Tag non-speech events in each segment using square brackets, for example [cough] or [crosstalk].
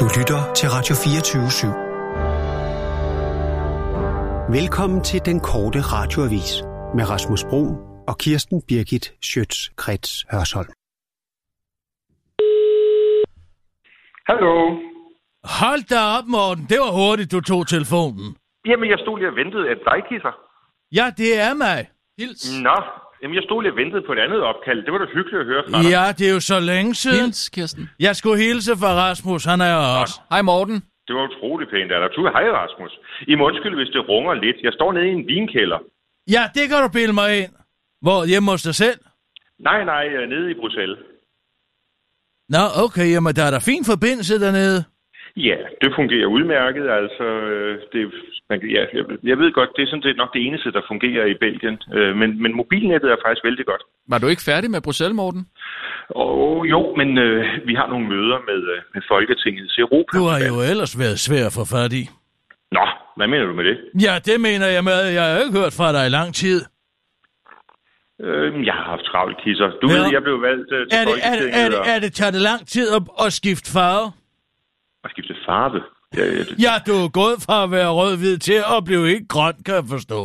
Du lytter til Radio 24 /7. Velkommen til den korte radioavis med Rasmus Bro og Kirsten Birgit Schøtz-Krets Hørsholm. Hallo. Hold da op, Morten. Det var hurtigt, du tog telefonen. Jamen, jeg stod lige og ventede, at dig kisser. Ja, det er mig. Hils. Nå, jamen, jeg stod lige og ventede på et andet opkald. Det var da hyggeligt at høre fra dig. Ja, det er jo så længe siden. Hils, Kirsten. Jeg skulle hilse fra Rasmus, han er her også. Hej Morten. Det var utrolig pænt af dig. Tu, hej Rasmus. I må undskylde, hvis det runger lidt. Jeg står nede i en vinkælder. Ja, det kan du bilde mig ind. Hvor? Hjemme hos dig selv? Nej, nej, øh, nede i Bruxelles. Nå, okay, jamen der er da fin forbindelse dernede. Ja, det fungerer udmærket. Altså, øh, det, man, kan- ja, jeg, jeg ved godt, det er sådan set nok det eneste, der fungerer i Belgien. Øh, Men, men mobilnettet er faktisk vældig godt. Var du ikke færdig med Bruxelles, Morten? Og jo, men øh, vi har nogle møder med, øh, med Folketingets Europa. Du har jo ellers været svær at få fat i. Nå, hvad mener du med det? Ja, det mener jeg med. Jeg har jo ikke hørt fra dig i lang tid. Øh, jeg har haft travlt, Kisser. Du Ja. ja. ved, jeg blev valgt øh, til Er det, er Folketinget. det, er det, og- er det, tager det lang tid at, at skifte farve? Og skifte farve. Ja, ja, det... Ja, du er gået fra at være rød-hvid til at blive ikke grøn, kan jeg forstå.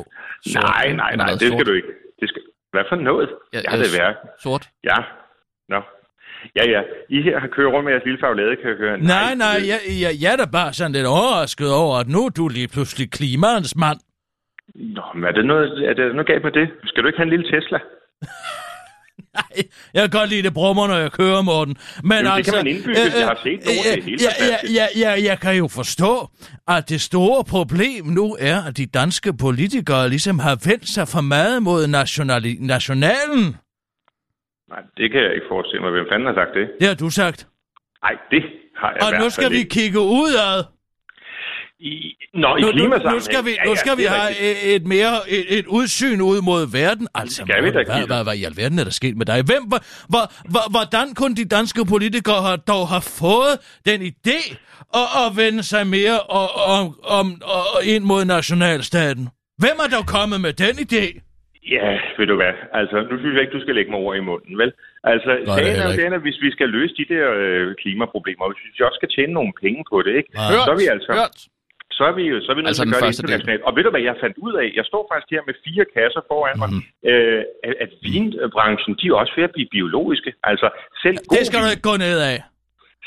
Nej, nej, nej, Noget det skal sort. du ikke. Det skal... Hvad for noget? Ja, ja det er værd. Sort. Ja, nå. Ja, ja. I her har kørt rundt med jeres lille faglade, kan jeg høre. Nej, nej, det- jeg, jeg, jeg er da bare sådan lidt overrasket over, at nu er du lige pludselig klimaens mand. Nå, men er det noget, er det noget galt med det? Skal du ikke have en lille Tesla? Ej, Jeg kan godt lide det brummer, når jeg kører, Morten. Men Jamen, det altså, kan man indbygge. Jeg har set nogle, det er helt ja, fantastisk. ja, ja, ja, jeg kan jo forstå, at det store problem nu er, at de danske politikere ligesom har vendt sig for meget mod nationali- nationalen. Nej, det kan jeg ikke forestille mig. Hvem fanden har sagt det? Det har du sagt. Nej, det har jeg i Og hvert nu fald skal vi ikke. kigge udad. I... Nå, i Nu, nu, klimasammenhæng. nu skal vi, Ja, nu ja, skal vi det er have rigtigt. et, et mere et, et udsyn ud mod verden. Altså, Skal vi da, hvad, hvad, Gitte? hvad, hvad i alverden er der sket med dig? Hvem, hvor, hvor, hvor, hvordan kunne de danske politikere har- dog have fået den idé at, at vende sig mere om, om, om, og ind mod nationalstaten? Hvem er dog kommet med den idé? Ja, ved du hvad, altså nu synes jeg ikke, du skal lægge mig over i munden, vel? Altså, er sagen er heller jo ikke. den, at hvis vi skal løse de der øh, klimaproblemer, og hvis vi også skal tjene nogle penge på det, ikke? Nej. Så er vi altså, Hørt. så er vi jo, så er vi nødt Altså altså til at gøre den det første del. internationalt. Og ved du hvad, jeg fandt ud af? Jeg står faktisk her med fire kasser foran mig, Mhm. øh, at, at vinbranchen, de er også ved at blive biologiske. Altså, selv god, Det skal du vin, ikke gå ned af.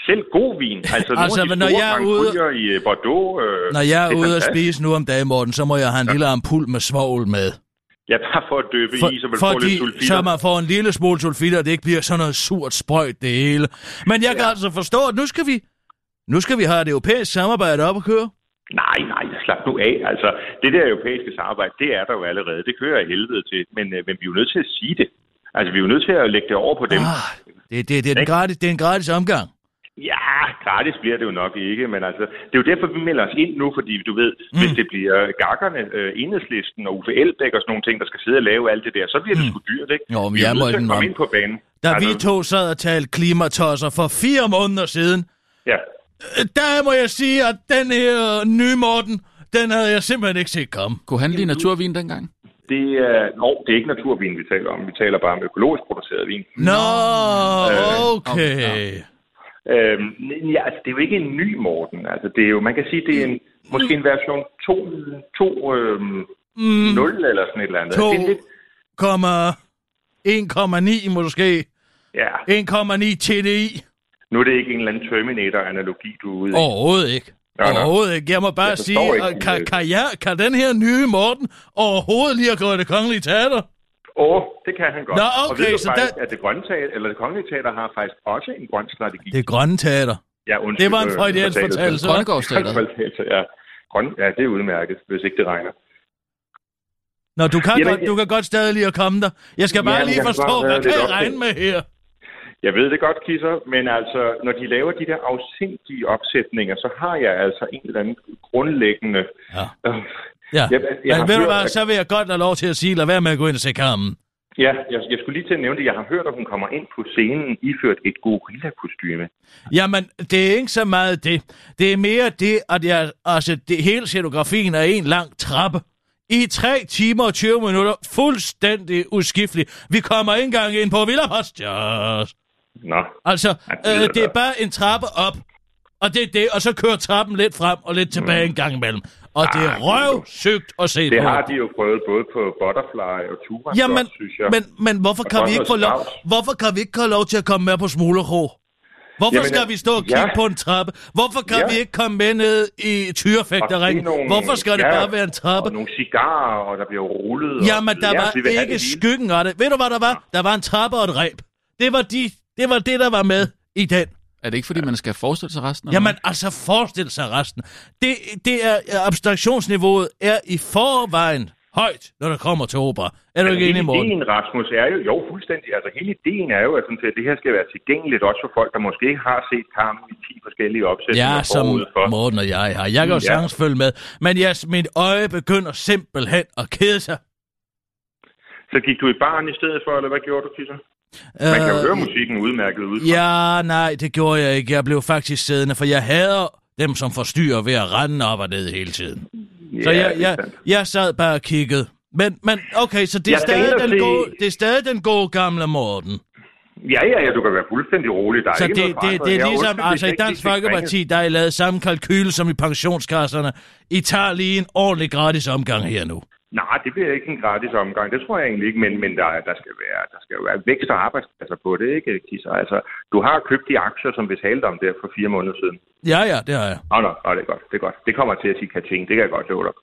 selv god vin, altså, Altså, altså nogle af men de når store jeg er ude- ude... i øh, Bordeaux. Øh, Når jeg er det ude og fantastisk. spise nu om dagen, Morten, så må jeg have en lille ampul med svovl med. Ja, bare for at døbe i, så man får lidt sulfitter. så man får en lille smule sulfitter, og det ikke bliver sådan noget surt sprøjt det hele. Men jeg ja. kan altså forstå, at nu skal vi, nu skal vi have et europæisk samarbejde op at køre. Nej, nej, slap nu af. Altså, det der europæiske samarbejde, det er der jo allerede. Det kører jeg helvede til. Men, øh, men vi er jo nødt til at sige det. Altså, vi er jo nødt til at lægge det over på dem. Ah, det, det, det, er den Ikke? gratis, det er en gratis omgang. Ja, gratis bliver det jo nok ikke, men altså, det er jo derfor, vi melder os ind nu, fordi du ved, mm. hvis det bliver gakkerne, øh, enhedslisten og Uffe Elbæk og sådan nogle ting, der skal sidde og lave alt det der, så bliver det sgu dyrt, ikke? Mm. Jo, men vi er jeg jo må nødt til at komme indrømme- ind på banen. Altså, Da vi to sad og talte klimatosser for fire måneder siden, Ja, øh, der må jeg sige, at den her nye Morten, den havde jeg simpelthen ikke set komme. Kunne han lide naturvin dengang? det er... Nå, det er ikke naturvin, vi taler om. Vi taler bare om økologisk produceret vin. Nå, Øh, okay. Øhm, ja, altså, det er jo ikke en ny Morten. Altså, det er jo, man kan sige, det er en, måske en version 2, 2 øhm, mm. 0 eller sådan et eller andet. To- Det er lidt, 1,9 måske. ja, 1,9 TDI. nu er det ikke en eller anden Terminator-analogi, du er ude i. Overhovedet ikke. Nå, nå. Overhovedet ikke. Jeg må bare Jeg forstår sige, ikke, at kan, øh. kan, jeg, kan den her nye Morten overhovedet lige at gå i det kongelige teater? Åh, det kan han godt. Nå, Og okay, ved du så faktisk, der- at det grønne teater, eller det kongelige teater har faktisk også en grøn strategi. Det grønne teater. ja, undskyld, Det var en øh, freudiansk fortalelse. fortællelse. hva'? Grønnegårdsstedet. Fortalelse, Ja. Grøn, ja, det er udmærket, hvis ikke det regner. Nå, du kan, Jamen, godt, du kan godt stadig lige at komme der. Jeg skal bare Jamen, lige jeg kan forstå, godt hvad være kan lidt jeg optaget. regne med her? Jeg ved det godt, Kisser, men altså, når de laver de der afsindige opsætninger, så har jeg altså en eller anden grundlæggende... Ja. Øh, Ja. Jeg- jeg har Men ved du hørt, hvad, at- så vil jeg godt have lov til at sige, lad være med at gå ind og se kampen. ja, jeg, jeg skulle lige til at nævne det. Jeg har hørt, at hun kommer ind på scenen iført et gorilla-kostyme. Jamen, det er ikke så meget det. Det er mere det, at jeg, altså, det, hele scenografien er en lang trappe. I 3 timer og 20 minutter, fuldstændig uskiftelig. Vi kommer ikke engang ind på Villa Posters. Nå, Altså, det lyder øh, det er godt. bare en trappe op. Og det er det, og så kører trappen lidt frem og lidt tilbage en gang imellem. Og Mm. det er Ah, røvsygt at se Det på. har de jo prøvet både på Butterfly og Tuba, Jamen, synes jeg. men, men hvorfor, Og kan vi ikke få lov, Conrads Strauss. hvorfor kan vi ikke have lov til at komme med på Smuglerkro? Hvorfor Jamen, Jamen, skal vi stå og ja. kigge på en trappe? Hvorfor kan Ja. vi ikke komme med ned i tyrefægtering? Og se nogle- Hvorfor skal det ja, bare være en trappe? Og nogle cigarer, og der bliver rullet. Jamen, og, der Ja, var vi vil have ikke det hele. skyggen af det. Ved du, hvad der var? Der var en trappe og et ræb. Det var, de, det, var det, der var med i den. Er det ikke, fordi man skal forestille sig resten? af Jamen, noget? altså forestil sig resten. Det, det er, abstraktionsniveauet er i forvejen højt, når det kommer til opera. Er du ikke enig, Altså, hele Morten? ideen, Rasmus, er jo, jo fuldstændig, altså hele ideen er jo, at, sådan, set, at det her skal være tilgængeligt også for folk, der måske ikke har set kampen i 10 forskellige opsætninger Ja, som forud for. Morten og jeg har. Jeg kan jo Ja. sagtens følge med, men yes, mit øje begynder simpelthen at kede sig. Så gik du i baren i stedet for, eller hvad gjorde du, Kisser? Man kan jo høre Øh, musikken udmærket ud. ja, nej, det gjorde jeg ikke. Jeg blev faktisk siddende, for jeg hader dem, som forstyrrer ved at rende op og ned hele tiden. Så jeg, jeg, jeg sad bare og kiggede. Men, men okay, så det er, Jeg skal ind stadig og den se- gode, det er stadig den gode gamle Morten. Ja, ja, ja, du kan være fuldstændig rolig. Der er Så det, ikke det, noget det, forandret. det Jeg er ligesom, undskyld, altså hvis i jeg Dansk ikke lige fik ringet. Folkeparti, der er lavet samme kalkyle som i pensionskasserne. I tager lige en ordentlig gratis omgang her nu. Nej, det bliver ikke en gratis omgang. Det tror jeg egentlig ikke, men, men der, er- der, skal være, der skal jo være vækst og arbejdspladser på det, ikke, Kisser? Altså, du har købt de aktier, som vi talte om der for fire måneder siden. Ja, ja, det har jeg. Nå, nå, nå, det er godt, det er godt. Det kommer til at sige kating, det kan jeg godt love dig.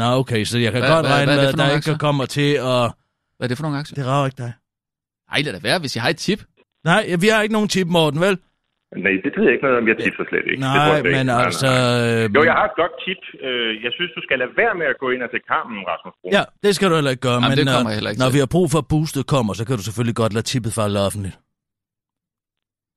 Nå, okay, så jeg kan Hvad- godt hvad- regne hvad er det med, at for der nogle ikke aktier? kommer til at... Hvad er det for nogle aktier? Det rager ikke dig. Ej, lad det være, hvis jeg har et tip. Nej, vi har ikke nogen tip, Morten, vel? Nej, det ved jeg ikke noget om, jeg tipser slet ikke. det tror Nej, jeg slet men ikke. Nej, altså... nej. øh, Jo, jeg har et godt tip. Øh, Jeg synes, du skal lade være med at gå ind og til kampen, Rasmus Brun. Ja, det skal du heller ikke gøre, Jamen, men det kommer øh, jeg heller ikke når til. vi har brug for, at boostet kommer, så kan du selvfølgelig godt lade tippet falde offentligt. ja,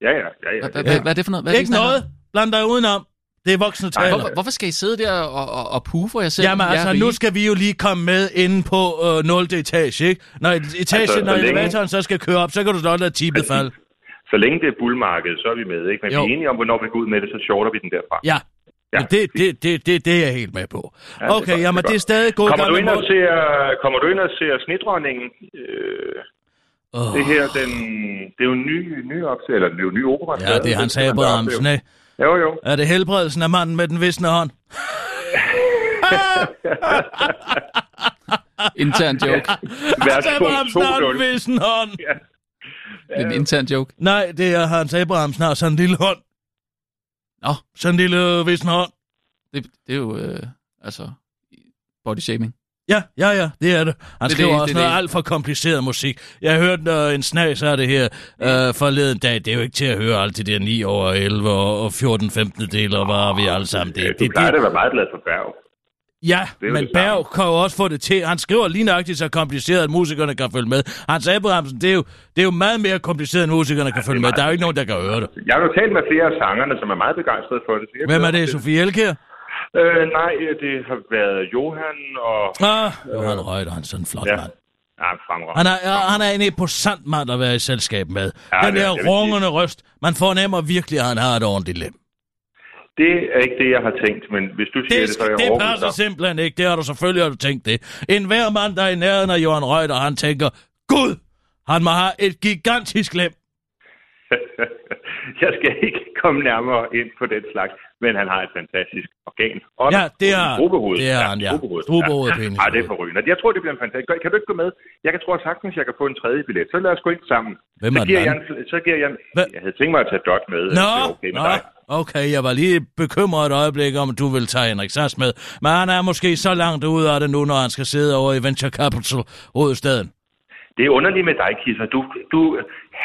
ja. ja, ja. Hvad, hvad, hvad, hvad er det for noget? Hvad er det, Ikke I snakker om? noget. Bland dig udenom. Det er voksne Nej, taler. Hvorfor, hvorfor skal I sidde der og, og, og puge for jer selv? Jamen Jeg er altså, rige. nu skal vi jo lige komme med inde på øh, 0. etage, ikke? Når, et- etage, Altså, altså, så længe- Altså, når elevatoren så skal køre op, så kan du godt lade tippet Præcis. falde. Så længe det er bullmarkedet, så er vi med, ikke? Men Jo. vi er enige om, hvornår vi går ud med det, så shorter vi den derfra. Ja. Ja. ja. Det, det, det, det, det er jeg helt med på. er godt, okay, det er jamen det er godt. stadig god Kommer du, gammel ind og Morten. ser, kommer du ind og ser snedronningen? Øh, Åh. det her, den, det er jo en ny, ny opsæt, eller det er jo en ny opera. der Ja, det lavet, er han skal sagde man på da opleve. Amsen, ikke? Jo, jo. Er det helbredelsen af manden med den visne hånd? [laughs] Intern joke. Vers Hans Abrahamsen har en 2-0. visne hånd. Det er en intern joke. Nej, det er Hans Abrahamsen har sådan en lille hånd. Nå. Sådan en lille øh, visne hånd. Det, det er jo, øh, altså, body shaming. Ja, ja, ja, det er det. Han Det er skriver det, også det er noget det. alt for kompliceret musik. Jeg hørte uh, en snas af det her uh, forleden dag. Det er jo ikke til at høre alt det der 9 over 11 og og 14 15 deler, var vi alle sammen. Det, Ah, det, Du det, plejer da at være meget glad for Berg. ja, er jo men det samme. Berg kan jo også få det til. Han skriver lige nøjagtigt så kompliceret, at musikerne kan følge med. Hans Abrahamsen, det er jo, det er jo meget mere kompliceret, end musikerne kan følge med. Der er jo ikke nogen, der kan høre det. Jeg har jo talt med flere af sangerne, som er meget begejstrede for det. så jeg Hvem er glæder det? mig til Sofie Elkær? Øh, nej, det har været Johan og... Ah, Johan Røgter, han er sådan en flot Ja. mand. Ja, fremragende. Han er, ja, han er en imposant mand at være i selskab med. Ja, den det er- der jeg vil sige- rungende røst. Man fornemmer virkelig, at han har et ordentligt lem. Det er ikke det, jeg har tænkt, men hvis du siger det, Det, det så er det, jeg det overbevist passer om- [laughs] simpelthen ikke. Det har du selvfølgelig har du tænkt det. En hver mand, der er i nærheden af Johan Reuter, han tænker, Gud, han må have et gigantisk lem. jeg skal ikke komme nærmere ind på den slags, men han har et fantastisk organ. Og Ja, det har han. Strubehovedet. Det har han, ja. Strubehovedet, penis. Ja, Ej, det er forrygende. Jeg tror, det bliver en fantastisk... Kan du ikke gå med? Jeg kan tro sagtens, jeg kan få en tredje billet. Så lad os gå ind sammen. Hvem er så giver den jeg en, Så giver jeg en... Hvad? Jeg havde tænkt mig at tage Dot med. hvis Øh, det er Nå, okay med nå, dig. okay, jeg var lige bekymret et øjeblik om, at du ville tage Henrik Sass med. Men han er måske så langt ude af det nu, når han skal sidde over i Venture Capital hovedstaden. Det er underligt med dig, Kisser. Du, du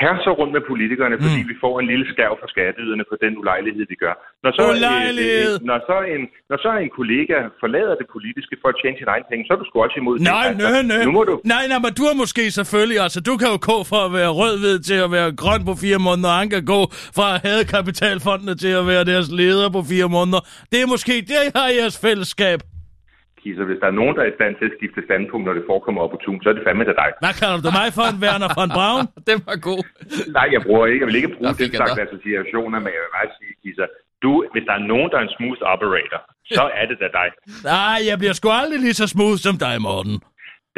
herser rundt med politikerne, Mm. fordi vi får en lille skærv fra skatteyderne på den ulejlighed, vi gør. Når så, øh, Ulejlighed! øh, når, så en, når så en kollega forlader det politiske for at tjene sine egne penge, så er du sgu også imod Nej, det. nø, nø. Altså, Nu må du... Nej, nej, men du er måske selvfølgelig, altså du kan jo gå fra at være rød-hvid til at være grøn på fire måneder, og han kan gå fra at have kapitalfondene til at være deres leder på fire måneder. Det er måske det, I har i jeres fællesskab. Kisser, hvis der er nogen, der er i stand til at skifte standpunkt, når det forekommer opportun, så er det fandme til dig. Hvad kalder du mig for en Werner von [laughs] Braun? Den var god. Nej, jeg bruger ikke. Jeg vil ikke bruge Der fik den jeg slags dig. associationer, men jeg vil bare sige, Kisser, du, hvis der er nogen, der er en smooth operator, så er det da dig. Nej, jeg bliver sgu aldrig lige så smooth som dig, Morten. Den,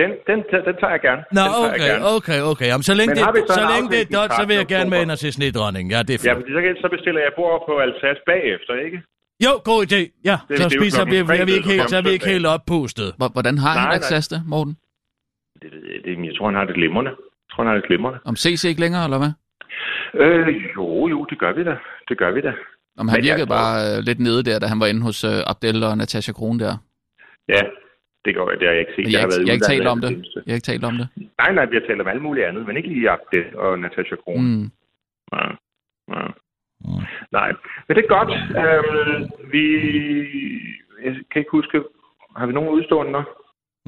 den, den, den tager jeg gerne. Nå, den tager jeg okay, gerne. okay, okay. Jamen, så længe, Men det, har vi så så en længe det afslutning er dot, så vil jeg i gerne med oktober? ind og se snedronningen. Ja, det er Ja, fint. fordi så, kan- så bestiller jeg bord på Alsace bagefter, ikke? Jo, god idé. Ja, Det- så det er jo spiser klokken vi, er vi fredag, ikke helt, så så er vi ikke søndag. helt oppustet. Hvor- Hvordan har Nej, Henrik nej. Saste, Morten? Det ved jeg, det, jeg tror, han har det glimrende. Jeg tror, han har det glimrende. Om CC ikke længere, eller hvad? Øh, jo, jo, det gør vi da. Det gør vi da. Om han Men jeg virkede tror- bare øh, lidt nede der, da han var inde hos øh, Abdel og Natasha Kron der. Ja, det gør jeg. Det har jeg ikke set. Men jeg, har har ikke, været jeg har ikke udlandet talt om i det. seneste. Jeg har ikke talt om det. Nej, nej, vi har talt om alt muligt andet, men ikke lige Abdel og Natasha Kron. Mm. Mm. Ja. Ja. Nej, men det er godt. Øhm, vi... Jeg kan ikke huske... Har vi nogen udstående nok?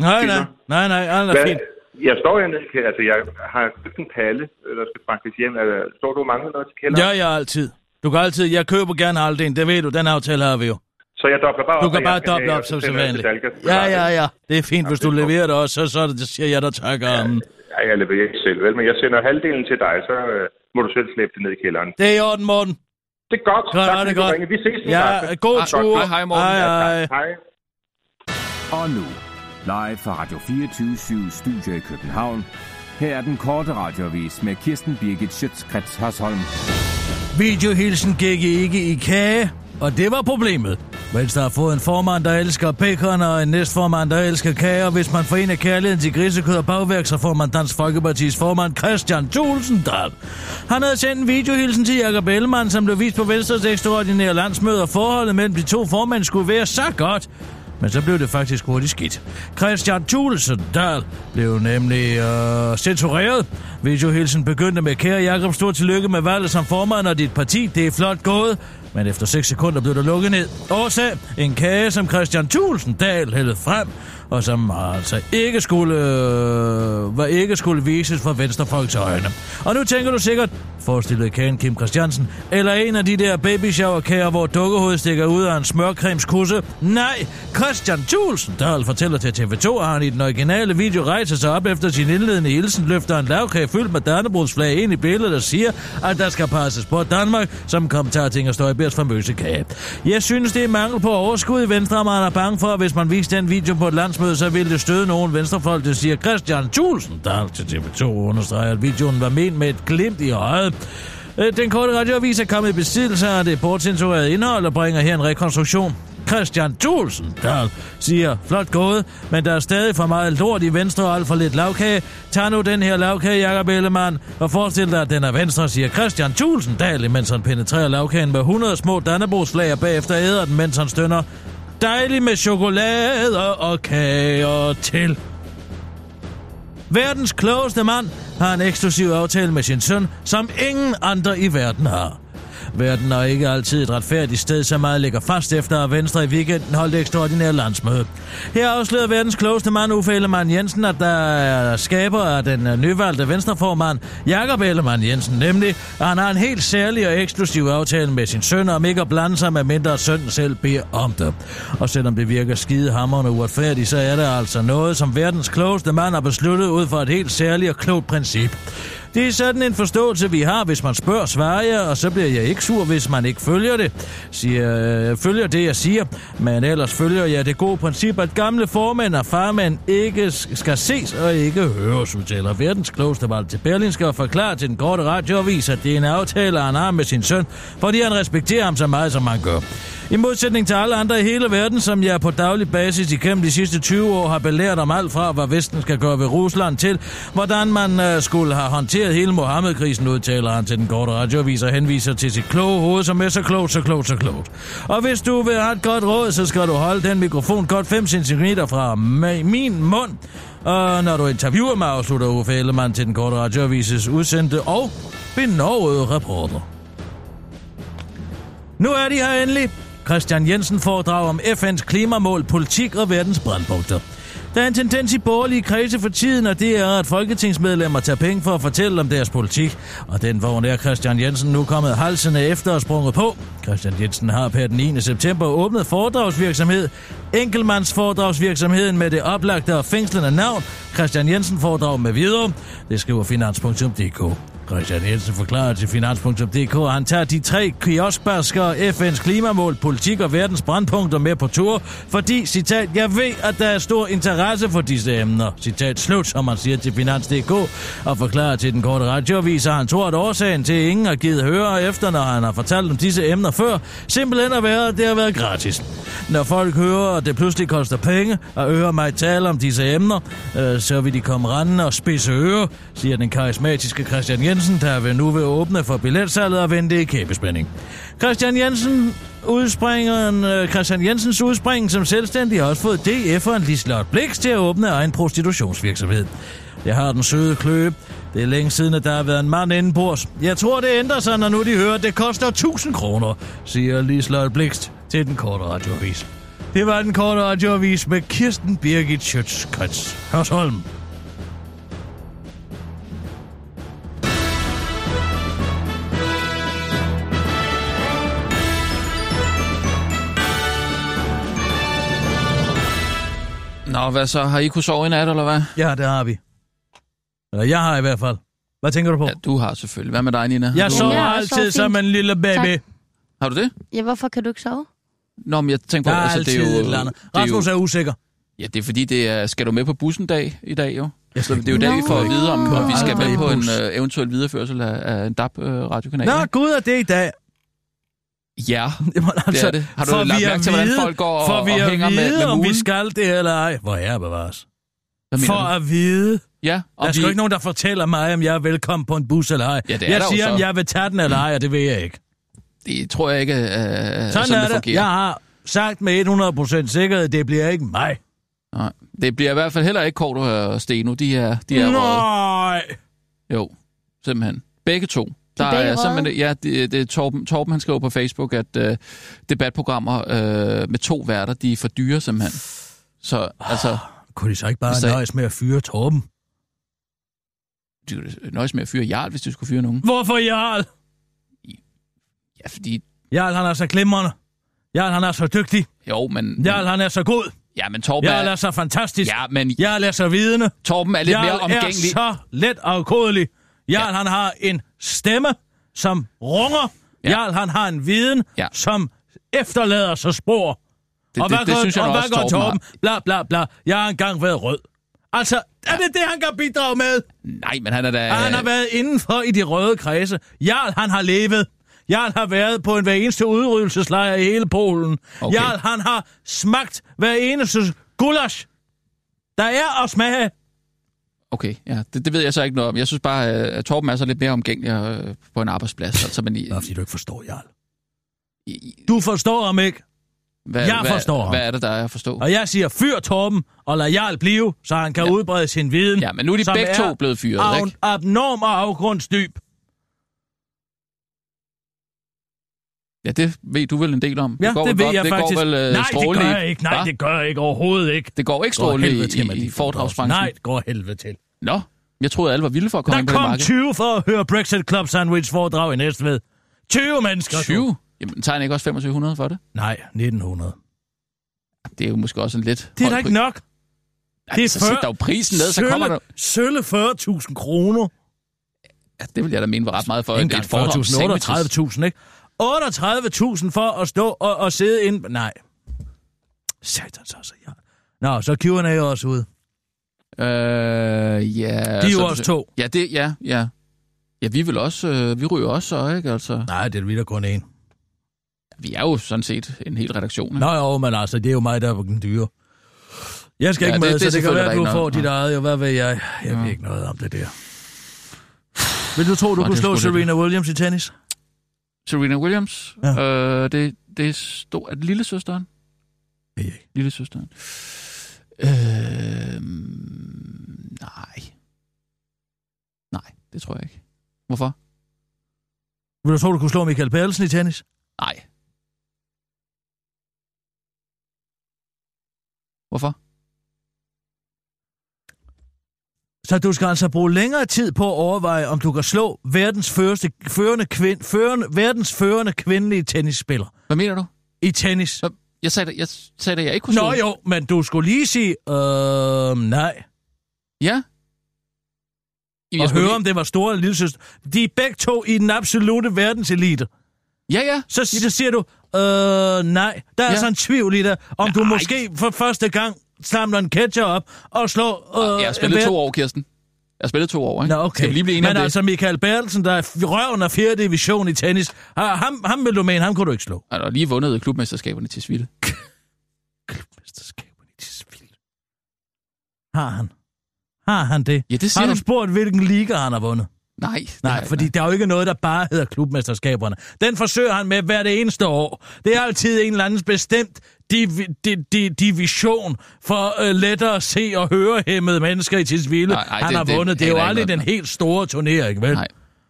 Nej, Fint nej, nok. nej, nej, alt er fint. Jeg står hernede, i kæ- altså jeg har købt en palle, øh, der skal faktisk hjem. Altså, Står du og mangler noget til kælderen? Ja, ja, altid. Du kan altid, jeg køber gerne halvdelen, det ved du, den aftale har vi jo. Så jeg dobler bare op. Du kan og jeg bare skal doble have- op som og så sender jeg sædvanligt. til Dalgas. Ja, ja, ja. Det er fint, hvis det du er godt. leverer det også, så, så er det- så siger jeg dig tak om. den. Ja, jeg leverer ikke selv, vel? Men jeg sender halvdelen til dig, så øh, må du selv slæbe det ned i kælderen. Det er i orden, Morten. Det er godt. Så er tak, fordi det du godt. ringede. Vi ses. nu, Ja, Karsten. god Ah, tur. hej, hej, Morten. Hej, Ja, hej. Hej. Og nu, live fra Radio 24 Studio i København. Her er den korte radiovis med Kirsten Birgit Schøtzgrads Hasholm. Videohilsen gik ikke i kage, og det var problemet. Venstre har fået en formand, der elsker bacon, og en næstformand, der elsker kage, og hvis man forener kærligheden til grisekød og bagværk, så får man Dansk Folkeparti's formand Christian Tulsendal. Han havde sendt en videohilsen til Jakob Ellemann, som blev vist på Venstres ekstraordinære landsmøde, og forholdet mellem de to formænd skulle være så godt, men så blev det faktisk hurtigt skidt. Christian Thulesen Dahl blev nemlig øh, censureret. Videohilsen begyndte med, kære Jakob, stor tillykke med valget som formand og dit parti. Det er flot gået. Men efter 6 sekunder blev der lukket ned. Årsag, en kage, som Christian Thulesen Dahl hældte frem, og som altså ikke skulle, øh, var ikke skulle vises for venstrefolks øjne. Og nu tænker du sikkert, forestillede kagen Kim Christiansen, eller en af de der baby shower kager, hvor dukkehovedet stikker ud af en smørcremes kusse. Nej, Christian Thulsen Dahl fortæller til TV2, at han i den originale video rejser sig op efter sin indledende hilsen, løfter en lavkage fyldt med Dannebrugsflag ind i billedet og siger, at der skal passes på Danmark, som kommentar til Inger Støjbergs famøse kage. Jeg synes, det er mangel på overskud i Venstre, og man er bange for, at hvis man viste den video på et landsmøde, så ville det støde nogen venstrefolk, det siger Christian Thulsen Dahl til TV2, understreger, at videoen var ment med et glimt i øjet. Øh, Den korte radioavis er kommet i besiddelse af det bortcensurerede indhold og bringer her en rekonstruktion. Christian Thulsen Dahl siger, flot gået, men der er stadig for meget lort i Venstre og alt for lidt lavkage. Tag nu den her lavkage, Jakob Ellemann, og forestil dig, at den er Venstre, siger Christian Thulsen Dahl, mens han penetrerer lavkagen med 100 små dannebrugsflag og bagefter æder den, mens han stønner. Dejlig med chokolade og kager til. Verdens klogeste mand har en eksklusiv aftale med sin søn, som ingen andre i verden har. Verden er ikke altid et retfærdigt sted, så meget ligger fast efter, at Venstre i weekenden holdt ekstraordinær landsmøde. Her afslører verdens klogeste mand, Uffe Ellemann Jensen, at der er skaber af den øh, nyvalgte venstreformand, Jakob Ellemann Jensen, nemlig, at han har en helt særlig og eksklusiv aftale med sin søn, om ikke at blande sig, medmindre sønnen selv beder om det. Og selvom det virker skidehammerende uretfærdigt, så er det altså noget, som verdens klogeste mand har besluttet ud fra et helt særligt og klogt princip. Det er sådan en forståelse, vi har. Hvis man spørger, svarer jeg, og så bliver jeg ikke sur, hvis man ikke følger det. Siger, øh, følger det, jeg siger. Men ellers følger jeg det gode princip, at gamle formænd og farmænd ikke s- skal ses og ikke høres, udtaler verdens klogeste valg til Berlinske og forklarer til den korte radioavis, at det er en aftale, han har med sin søn, fordi han respekterer ham så meget, som han gør. I modsætning til alle andre i hele verden, som jeg på daglig basis igennem de sidste 20 år har belært om alt fra, hvad Vesten skal gøre ved Rusland til, hvordan man øh, skulle have håndteret hele Mohammed-krisen, udtaler han til den korte radioavis og henviser til sit kloge hoved, som er så klogt, så klogt, så klogt. Og hvis du vil have et godt råd, så skal du holde den mikrofon godt 5 cm fra ma- min mund, og når du interviewer mig, afslutter Uffe Ellemann til den korte radioavises udsendte og benovede rapporter. Nu er de her endelig. Christian Jensen foredrag om FN's klimamål, politik og verdens brandpunkter. Der er en tendens i borgerlige kredse for tiden, og det er, at folketingsmedlemmer tager penge for at fortælle om deres politik. Og den vogn er Christian Jensen nu kommet halsende efter og sprunget på. Christian Jensen har per den 9. september åbnet foredragsvirksomhed. Enkelmandsforedragsvirksomheden med det oplagte og fængslende navn. Christian Jensen foredrag med videre. Det skriver finans.dk. Christian Jensen forklarer til finans.dk, at han tager de tre kioskbaskere, FN's klimamål, politik og verdens brandpunkter med på tur, fordi, citat, jeg ved, at der er stor interesse for disse emner, citat slut, som man siger til finans.dk, og forklarer til den korte radioavis, at han tror, at årsagen til, at ingen har givet høre efter, når han har fortalt om disse emner før, simpelthen har været, at det har været gratis. Når folk hører, at det pludselig koster penge, og ører mig tale om disse emner, øh, så vil de komme rendende og spidse ører, siger den karismatiske Christian Jensen, der vil nu vil åbne for billetsalget og vente i kæbespænding. Christian Jensen udspringeren, øh, Christian Jensens udspring som selvstændig har også fået DF'eren Lislot Blix til at åbne egen prostitutionsvirksomhed. Jeg har den søde kløe. Det er længe siden, at der har været en mand inde på os. Jeg tror, det ændrer sig, når nu de hører, at det koster 1000 kroner, siger Lislot Blikst til den korte radioavis. Det var den korte radioavis med Kirsten Birgit Schøtz-Krets. Hørsholm. Nå, hvad så? Har I kunne sove i nat, eller hvad? Ja, det har vi. Eller jeg har i hvert fald. Hvad tænker du på? Ja, du har selvfølgelig. Hvad med dig, Nina? Har Jeg du... sover jeg har altid sovet som fint. en lille baby. Har du det? Ja, hvorfor kan du ikke sove? Nå, men jeg tænker Der på, er altså, altid det er jo... et eller andet. det er jo- Rasmus er usikker. Ja, det er fordi, det er, skal du med på bussen dag i dag, jo? Jeg Så det er jo der, vi får at vide, om, Nå. om vi skal Aldrig med på en bus. uh, eventuel videreførsel af, af en øh, DAB-radiokanal. Nå, gud er det i dag. [laughs] Ja, Jamen, det altså, er det. Har du får lagt vi at mærke til, hvordan vide- folk går og, får vi og at hænger med, vide, med om vi mulen? skal det eller ej? Hvor er bevares. Hvad mener For du? at vide. Ja, Der er og vi... sgu ikke nogen, der fortæller mig, om jeg er velkommen på en bus eller ej. Ja, det er jeg der jo siger, så. Mm. om jeg vil tage den eller ej, og det vil jeg ikke. det tror jeg ikke, uh, Sådan, sådan, sådan er det det. fungerer. Jeg har sagt med 100% sikkerhed, det bliver ikke mig. Nej. Det bliver i hvert fald heller ikke Korto og Steno. De er, de er røget. Nej. Jo, simpelthen. Begge to. Der er begge er røget? simpelthen, ja, det, det er Torben, Torben, han skriver på Facebook, at øh, debatprogrammer øh, med to værter, de er for dyre simpelthen. Så altså, Kunne de så ikke bare Hvis der- nøjes med at fyre Torben? du kunne nøjes med at fyre Jarl, hvis du skulle fyre nogen. Hvorfor Jarl? Ja, fordi, Jarl, han er så glimrende. Jarl, han er så dygtig. jo, men... Jarl, han er så god. Ja, men Torben Jarl er, er så fantastisk. Mm. ja, men Jarl er så vidende. Torben er lidt Jarl mere er omgængelig. så let afkodelig. Jarl, han har en stemme, som runger. Ja. Jarl, han har en viden, Ja. som efterlader sig spor. Det, og det, hvad det, gør, synes jeg og nu hvad også, gør Torben, Torben Bla, bla, bla. Jeg har engang været rød. Altså, er det det, han kan bidrage med? har. Nej, men han er da... Han har været indenfor i de røde kredse. Jarl, han har levet. Jarl har været på en hver eneste udryddelseslejr i hele Polen. Okay. Okay. Jarl, han har smagt hver eneste gulasch, der er at smage. Okay, ja, det, det ved jeg så ikke noget om. Jeg synes bare, øh, at Torben er så lidt mere omgængelig øh, på en arbejdsplads. Altså, men i, fordi du ikke forstår, Jarl. i, i, Du forstår ham ikke. hvad, Jeg hvad, forstår ham. Hvad er det, der er at forstå? Og jeg siger, fyr Torben, og lad Jarl blive, så han kan ja. udbrede sin viden. Ja, men nu er de som begge to blevet fyret, af, ikke? abnorm og afgrundsdyb. Ja, det ved du vel en del om. Ja, går det, vel ved godt. jeg det faktisk. Går vel, Nej, øh, det strålende gør i- jeg ikke. Nej, Hva? det gør jeg ikke overhovedet ikke. det går ikke Går strålende helvede til, man i, i, i lige får foredragsbranchen. Nej, går helvede til. Nå, jeg troede, alle var vilde for at komme Der ind på det kom marked. 20 for at høre Brexit Club Sandwich foredrag i Næstved. 20 mennesker. 20? Jamen, tager han ikke også 2500 for det? Nej, 1900. Det er jo måske også en lidt... Det er høj da ikke pris. nok. Ej, det er så før- sæt dog prisen ned, så kommer der... Sølle 40.000 kroner. Ja, det vil jeg da mene var ret meget for. Ikke Det er et engang foredrag. 40.000, Sandwiches. 38.000, ikke? 38.000 for at stå og, og sidde ind... Nej. Satan, så så jeg. Nå, så Q&A er også ude. Øh, ja... De er jo så- også to. Ja, det, ja, ja. Ja, vi vil også, øh, vi ryger også, så, ikke? Altså, Nej, det er vi der kun en. Mm. vi er jo sådan set en hel redaktion. Ikke? Nå jo, men altså, det er jo mig, der er den dyre. Jeg skal Ja, ja, ikke det- med, det det, er det så det kan selvfølgelig være, at du rigtigt får nok. dit Nå. eget, jo, hvad ved jeg? Jeg ved ikke noget om det der. Vil du tro, du Nå, kunne det er slå sgu lidt- Serena Williams i tennis? Serena Williams, ja. øh, det, det er stor... Er det lille søsteren? Ved jeg ikke. Lille søsteren. Øh, nej. Nej, det tror jeg ikke. Hvorfor? Vil du tro, du kunne slå Michael Pærelsen i tennis? Nej. Hvorfor? Så du skal altså bruge længere tid på at overveje, om du kan slå verdens, første, førende, kvind, førende, verdens førende kvindelige tennisspiller Hvad mener du? i tennis. Nå, Jeg sagde, da- jeg sagde, at jeg ikke kunne slå. Nå jo, øhm, men du skulle lige sige, øh, nej. Ja. Jeg og skulle høre, lige- om det var store eller lille søster. De er begge to i den absolute verdenselite. Ja, ja. Så, så siger du, øh, nej. Der er Ja. ja. sådan en tvivl i dig, om du måske for første gang samler en ketcher op og slår... Øh, Jeg har spillet ver- to år, Kirsten. Jeg har spillet to år, ikke? Nå, okay. Skal vi lige blive enige Men om altså, Michael Bertelsen, der er f- røven af 4. division i tennis, har- ham, ham vil du mene, ham kunne du ikke slå. det? Han har lige vundet klubmesterskaberne til Svitte. Mesterskaberne i svin. Har han? Har han det? Ja, det siger Har du han. spurgt, hvilken liga han har vundet? Nej. Nej, fordi der er jo ikke noget, der bare hedder klubmesterskaberne. Den forsøger han med hvert eneste år. Det er altid en eller anden bestemt divi- di- di- division for øh, lettere at se og høre hæmmede mennesker i Tisvilde. Nej, nej, Han det- har det vundet. Det er jo aner jeg aldrig ikke den noget helt store turnering, vel? Nej.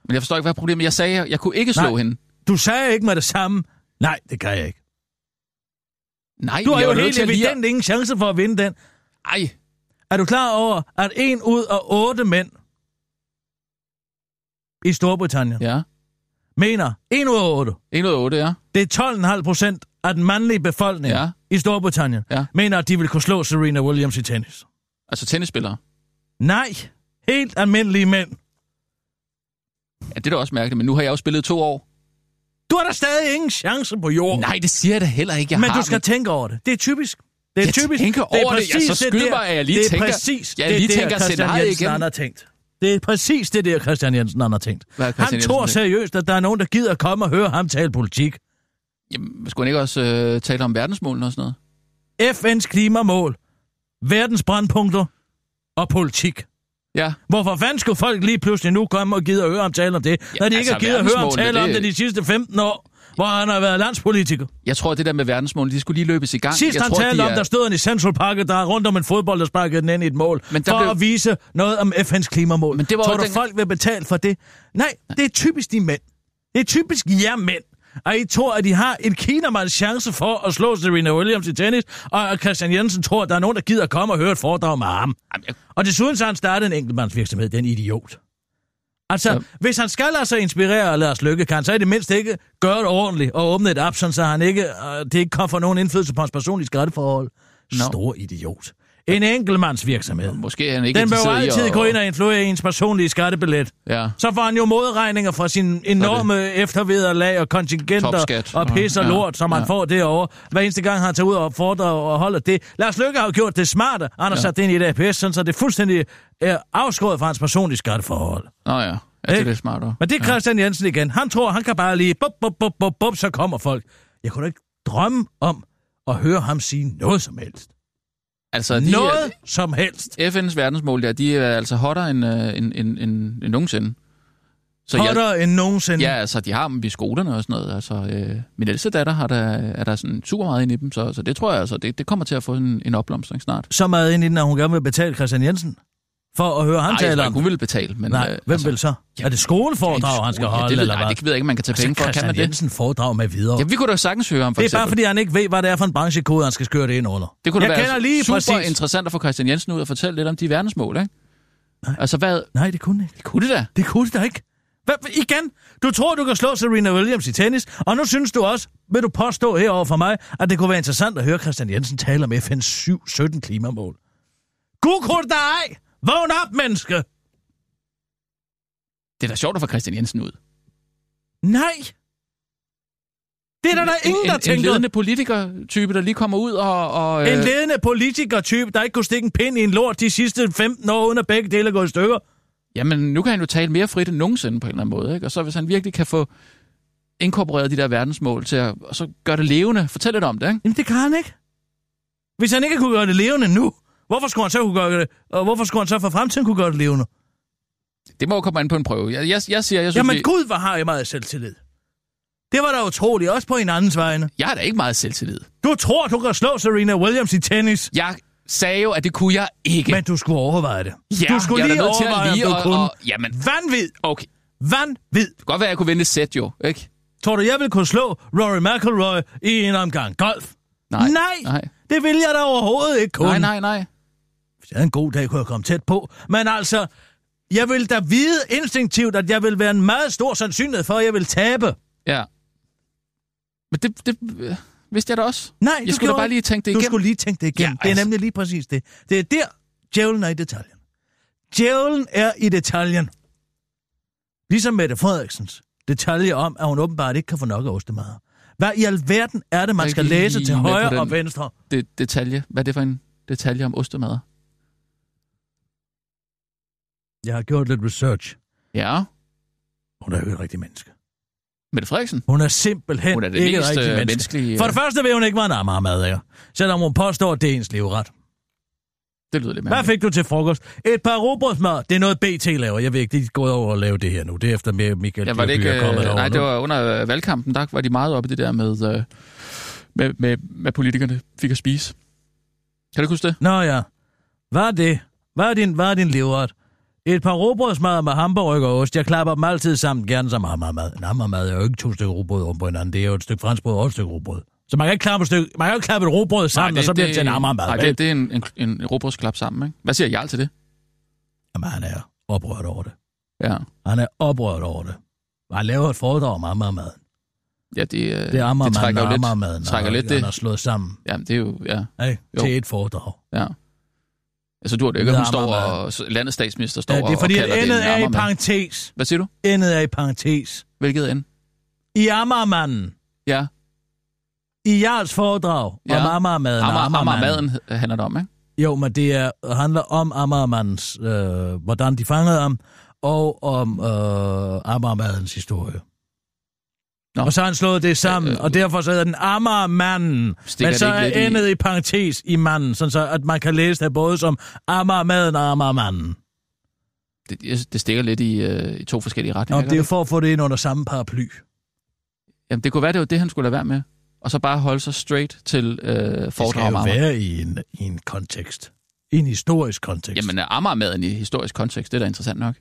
Men jeg forstår ikke, hvad problemet Jeg sagde, jeg, jeg kunne ikke slå Nej. hende. Du sagde ikke med det samme. Nej, det kan jeg ikke. Nej, Du men har jeg jo var nødt helt til at lige- evident ingen chance for at vinde den. Ej, Er du klar over, at en ud af otte mænd i Storbritannien ja. ja. mener, en ud af otte, 1 ud af 8, ja. det er 12,5 procent af den mandlige befolkning Ja. ja. i Storbritannien, Ja. ja. mener, at de vil kunne slå Serena Williams i tennis. Altså tennisspillere. Nej, helt almindelige mænd. Ja, det er da også mærkeligt, men nu har jeg jo spillet to år. Du har da stadig ingen chance på jorden. Nej, det siger jeg da heller ikke, jeg men har. du skal tænke over det. Det er typisk. Det er Jeg typisk. tænker det er over det. præcis Ja, så skyld der- mig, at jeg lige det er tænker- Præcis, jeg det er lige det, tænker at sende Christian hej Jensen igennem. han har tænkt. Det er præcis det der, Christian Jensen han har tænkt. Hvad har Han Christian tror Jensen tænkt? seriøst, at der er nogen, der gider komme og høre ham tale politik. Jamen, skulle han ikke også øh, tale om verdensmålene og sådan noget? FN's klimamål, verdens brandpunkter og politik. Ja, Hvorfor fanden skulle folk lige pludselig nu komme og gide at høre ham tale om det, ja, når de ikke altså, har givet at høre ham verdensmålene, tale om det- det de sidste 15 år, hvor han har været landspolitiker? jeg tror, at det der med verdensmålene, de skulle lige løbes i gang. Sidst jeg han tror, talte de om, der stod han i Central Park, og der er rundt om en fodbold, der sparkede den ind i et mål, Men Men der for blev- blev... at vise noget om FN's klimamål. Men det var Tror jo du, den- folk vil betale for det? Nej, det er typisk de mænd. Det er typisk jer mænd. Og I tror, at I har en kinamands chance for at slå Serena Williams i tennis, og at Christian Jensen tror, at der er nogen, der gider komme og høre et foredrag med ham. Jamen, jeg, Og desuden så har han startet en enkeltmandsvirksomhed, den idiot. Altså, Ja. ja. hvis han skal lade sig inspirere og lade os lykke, kan han så i det mindste ikke gøre det ordentligt og åbne et app, sådan så han ikke, øh, det ikke kommer for nogen indflydelse på hans personlige skatteforhold. Nå. No. Stor idiot. En enkeltmandsvirksomhed. måske er han ikke Den vil jo interesseret i altid at- gå ind og influere ens personlige skattebillet. Ja. Så får han jo modregninger fra sine enorme eftervederlag og kontingenter Topskat. Mm. og pis og Ja. lort, som Ja. han får derovre. Hver eneste gang han tager ud og foredrag og holder det. Lars Løkke har jo gjort det smarte. Han har Ja. ja. sat det ind i et APS, sådan så det er fuldstændig er afskåret fra hans personlige skatteforhold. Nå ja, ja det er Ikke? lidt smartere. Men det er Christian Jensen igen. Han tror, han kan bare lige bup, bup, bup, bup, bup, så kommer folk. Jeg kunne da ikke drømme om at høre ham sige noget som helst. Altså, de, Noget som helst. FN's verdensmål, der, de er altså hotter end, øh, end, end, end, end nogensinde. Så jeg- Hotter end nogensinde. Ja, altså, de har dem i skolerne og sådan noget. Altså, øh, min ældste datter har der, er der sådan super meget inde i dem, så, så det tror jeg, altså, det, det kommer til at få en, en opblomstring snart. så meget ind i den, at hun gerne vil betale Christian Jensen for at høre ham Nej, jeg tale tror om. ikke, hun ville betale, men... øh, Nej, hvem altså, vil så? Er det skoleforedrag, han skal Ja, holde, det, ved- eller nej, hvad? det ved jeg ikke, man kan tage Altså, penge for. Kan Christian man det? Jensen foredrag med videre. Ja, vi kunne da sagtens høre ham, for det er bare, eksempel. fordi han ikke ved, hvad det er for en branchekode, han skal skøre det ind under. Det kunne jeg da være kender lige super præcis. interessant at få Christian Jensen ud og fortælle lidt om de verdensmål, ikke? Nej. Altså, hvad... Nej, det kunne ikke. Kunne det da? Det kunne det da ikke. Hvad, igen, du tror, du kan slå Serena Williams i tennis, og nu synes du også, vil du påstå herover for mig, at det kunne være interessant at høre Christian Jensen tale om FN's 7, 17 klimamål. Gud kunne dig ej! Vågn op, menneske! Det er da sjovt at få Christian Jensen ud. Nej! Det er der, der er ingen, en, der en, en tænker. ledende politiker-type, der lige kommer ud og... og En øh, ledende politiker-type, der ikke kunne stikke en pind i en lort de sidste 15 år, uden at begge dele er gået i stykker. Jamen, nu kan han jo tale mere frit end nogensinde på en eller anden måde, ikke? Og så hvis han virkelig kan få inkorporeret de der verdensmål til at og så gøre det levende, fortæl lidt om det, ikke? Jamen, det kan han ikke. Hvis han ikke kunne gøre det levende nu, hvorfor skulle han så kunne gøre det? Og hvorfor skulle han så for fremtiden kunne gøre det levende? Det må jo komme an på en prøve. Jeg, jeg, jeg siger, jeg synes, Jamen, vi- gud, hvor har jeg meget selvtillid. Det var da utroligt, også på en andens vegne. jeg har da ikke meget selvtillid. Du tror, du kan slå Serena Williams i tennis, Jeg sagde jo, at det kunne jeg ikke. men du skulle overveje det. Ja, du skulle jeg er da lige nødt til at overveje, lige om du og- kunne. og- jamen. Vanvid! Okay, det Vanvid! kan godt være, at jeg kunne vinde et sæt jo, ikke? Tror du, jeg vil kunne slå Rory McIlroy i en omgang golf? Nej. Nej, Nej, det vil jeg da overhovedet ikke kunne. nej, nej. nej. Hvis jeg havde en god dag, kunne jeg komme tæt på. Men altså, jeg vil da vide instinktivt, at jeg vil være en meget stor sandsynlighed for, at jeg vil tabe. Ja. Men det, det øh, vidste jeg da også. Nej, jeg du skulle da gjorde bare ikke. lige tænke det Du igennem. skulle lige tænke det igennem. Ja, det Ja, er altså. nemlig lige præcis det. Det er der, djævlen er i detaljen. Djævlen er i detaljen. Ligesom Mette Frederiksens detalje om, at hun åbenbart ikke kan få nok af ostemader. Hvad i alverden er det, Jeg er man skal ikke lige læse til med på højre den. og venstre? Det, detalje. Hvad er det for en detalje om ostemader? Jeg har gjort lidt research. Ja, Hun er jo et rigtigt menneske. Mette Frederiksen. Hun er simpelthen Hun er det ikke et mest, rigtigt øh, menneske. menneskelige, For det øh, første ved hun ikke, hvad en amager mad er. Selvom hun påstår, at det er ens leveret. Det lyder lidt Hvad mærkeligt. fik du til frokost? Et par robrødsmad. Det er noget BT laver. Jeg ved ikke, de er gået over og lave det her nu. Det er efter med Michael Ja, var det Dyrby ikke, er kommet øh, derover nej, det nu. var under øh, valgkampen, der var de meget oppe i det der med, øh, med, med, med politikerne fik at spise. Kan du ikke huske det? Nå ja. Hvad er det? Hvad er din, hvad er din livret? Et par robrødsmad med hamburger og ost. Jeg klapper dem altid sammen, gerne som hammermad. En hammermad er jo ikke to stykker robrød om på hinanden. Det er jo et stykke franskbrød og et stykke robrød. Så man kan ikke klappe et, stykke, man kan jo ikke klappe et robrød sammen, nej, det, og så bliver det til en hammermad. Nej, det, det er en, en, en robrødsklap sammen, ikke? Hvad siger Jarl til det? Jamen, han er oprørt over det. Ja, Han er oprørt over det. Og Han laver et foredrag om hammermad. ja det, øh, Det er det hammermad trækker og jo lidt. hammermaden. trækker og- lidt Han det. har slået sammen Jamen, det er jo, ja. ikke? Jo. til et foredrag. Ja. Altså, du har det ikke, at Ved hun står Amagermad. og... Landets statsminister står Ja, det er fordi, og at kalder det en endet er i Amagermand. parentes. Hvad siger du? Endet er i parentes. Hvilket end? I Ammermanden. Ja, I Jarls foredrag ja. Ja. om Amagermaden. og Amager, Amager Amagermanden. maden handler det om, ikke? Jo, men det er, handler om Amagermandens, øh, hvordan de fangede ham, og om øh, Amagermadens historie. Nå. Nå. Og så har han slået det sammen, øh, Øh, øh. og derfor så hedder den Amagermanden. Stikker Men det så ikke er lidt i- endet i... i parentes i manden, sådan så at man kan læse det både som Amagermaden og Amagermanden. Det, det- det stikker lidt i, øh, i to forskellige Nå, retninger. det er jo ikke? for at få det ind under samme paraply. Jamen, det kunne være, det var det, han skulle lade være med. Og så bare holde sig straight til øh, Det foredrag skal om jo Amager. være i en, i en kontekst. I en historisk kontekst. Jamen, øh, Amager-maden i historisk kontekst, det er da interessant nok.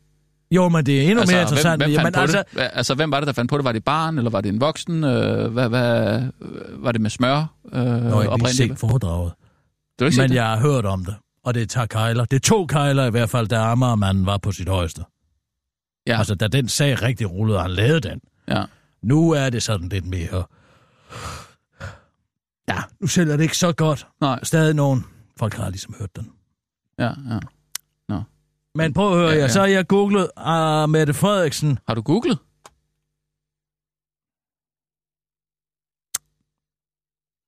jo, men det er endnu altså, mere interessant. Hvem, hvem Jamen, fandt på altså, det? Hva- altså, hvem var det, der fandt på det? Var det et barn, eller var det en voksen? Øh, hvad, hvad, øh, var det med smør? Øh, Nå, jeg har ikke oprindeligt? set foredraget, Du har ikke set men det? jeg har hørt om det. Og det tager kejler. Det tog kejler i hvert fald, da Amagermanden var på sit højeste. Ja. Altså, da den sag rigtig rullede, og han lavede den. Ja. Nu er det sådan lidt mere... Ja, nu sælger det ikke så godt. Nej, Stadig nogen. Folk har ligesom hørt den. ja, ja. Men prøv at høre, ja, Ja, ja. ja. så har jeg googlet uh, Mette Frederiksen. Har du googlet?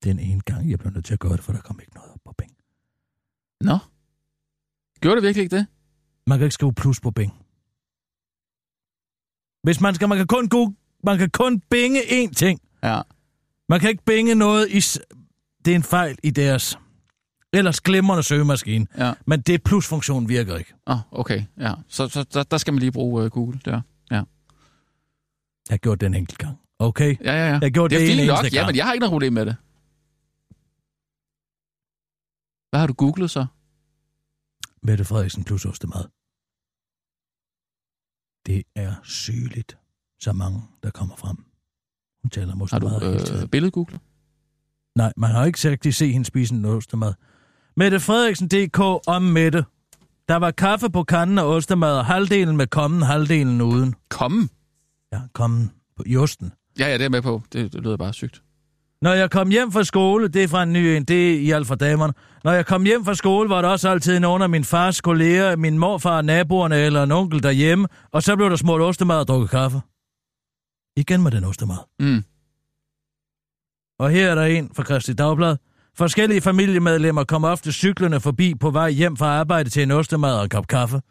Den ene gang, jeg blev nødt til at gøre det, for der kom ikke noget op på Bing. Nå. Gjorde det virkelig ikke det? Man kan ikke skrive plus på Bing. Hvis man skal, man kan kun, go- man kan kun binge én ting. Ja. Man kan ikke binge noget i... S- det er en fejl i deres ellers glimrende søgemaskine. Ja. Men det plusfunktion virker ikke. Åh, oh, okay. Ja. Så, så der, der skal man lige bruge øh, Google der. Ja, Jeg har gjort det en enkelt gang. Okay? ja, ja. ja. Jeg gjorde det det er en fint eneste nok. Ja, gang. men jeg har ikke noget problem med det. Hvad har du googlet så? Mette Frederiksen plus ostemad. Det er sygeligt, så mange, der kommer frem. Hun taler om Har du ostemad hele tiden. øh, billedgooglet? Nej, man har ikke sagt, de se hende spise en ostemad. Mette Frederiksen DK om Mette. Der var kaffe på kanden og ostemad, og halvdelen med kommen, halvdelen uden. Komme? Ja, kommen på josten. Ja, ja, det er jeg med på. Det, det lyder bare sygt. Når jeg kom hjem fra skole, det er fra en ny en, det er i alt for damerne. Når jeg kom hjem fra skole, var der også altid nogen af min fars kolleger, min morfar, naboerne eller en onkel derhjemme, og så blev der smurt ostemad og drukket kaffe. Igen med den ostemad. Mm. Og her er der en fra Kristi Dagblad. Forskellige familiemedlemmer kom ofte cyklerne forbi på vej hjem fra arbejde til en ostemad og en kop kaffe.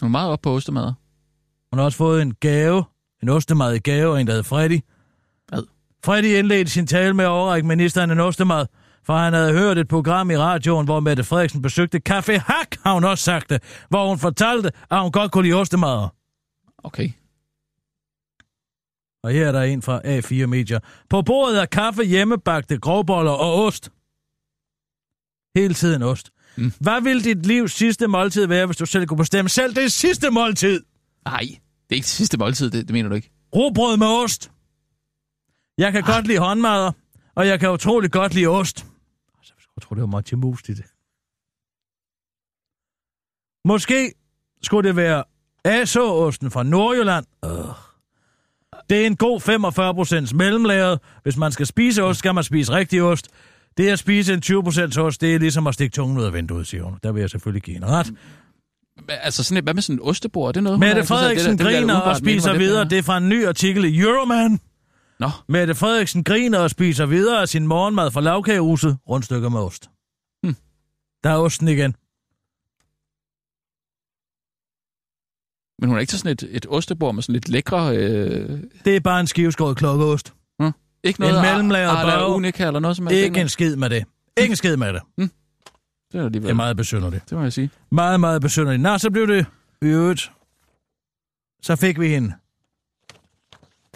Du er meget op på ostemader. Hun har også fået en gave, en ostemad i gave, og en, der hed Freddy. Hvad? Freddy indledte sin tale med at overrække ministeren en ostemad, for han havde hørt et program i radioen, hvor Mette Frederiksen besøgte Café Hak, har hun også sagt det, hvor hun fortalte, at hun godt kunne lide ostemader. Okay. Og her er der en fra A4 Media. På bordet er kaffe, hjemmebagte grovboller og ost. Hele tiden ost. Mm. Mm. Hvad ville dit livs sidste måltid være, hvis du selv kunne bestemme selv det sidste måltid? Nej, det er ikke det sidste måltid, det, det mener du ikke. Rugbrød med ost. Jeg kan godt lide håndmadder, og jeg kan utrolig godt lide ost. Altså, jeg skulle tro, det var Martin Mus, det. der. Måske skulle det være ASO-osten fra Nordjylland. Øh. Det er en god 45% mellemlæret. Hvis man skal spise ost, skal man spise rigtig ost. Det at spise en 20% ost, det er ligesom at stikke tungen ud af vinduet, siger hun. Der vil jeg selvfølgelig give en ret. Altså sådan et, hvad med sådan en ostebord? Er det noget? hun er Mette interesseret i? Frederiksen Det der- det vil jeg da griner og umiddelbart mene var spiser lidt videre. værre. Det er fra en ny artikel i Euroman. Nå, Mette Frederiksen griner og spiser videre af sin morgenmad fra lavkagehuset. Rundstykker med ost. Hmm. Der er osten igen. men hun er ikke til sådan et, et ostebord med sådan lidt lækre... Øh, hm? Det er bare en skiveskåret klokkeost. ikke noget mellemlagret Ar- Arla bøje. Unica eller noget som helst. Ikke en skid med det. Ikke en skid med det. Det er alligevel. Det er meget besynderligt. Det må jeg sige. Meget, meget besynderligt. Nå, så blev det i øvrigt. Så fik vi hende.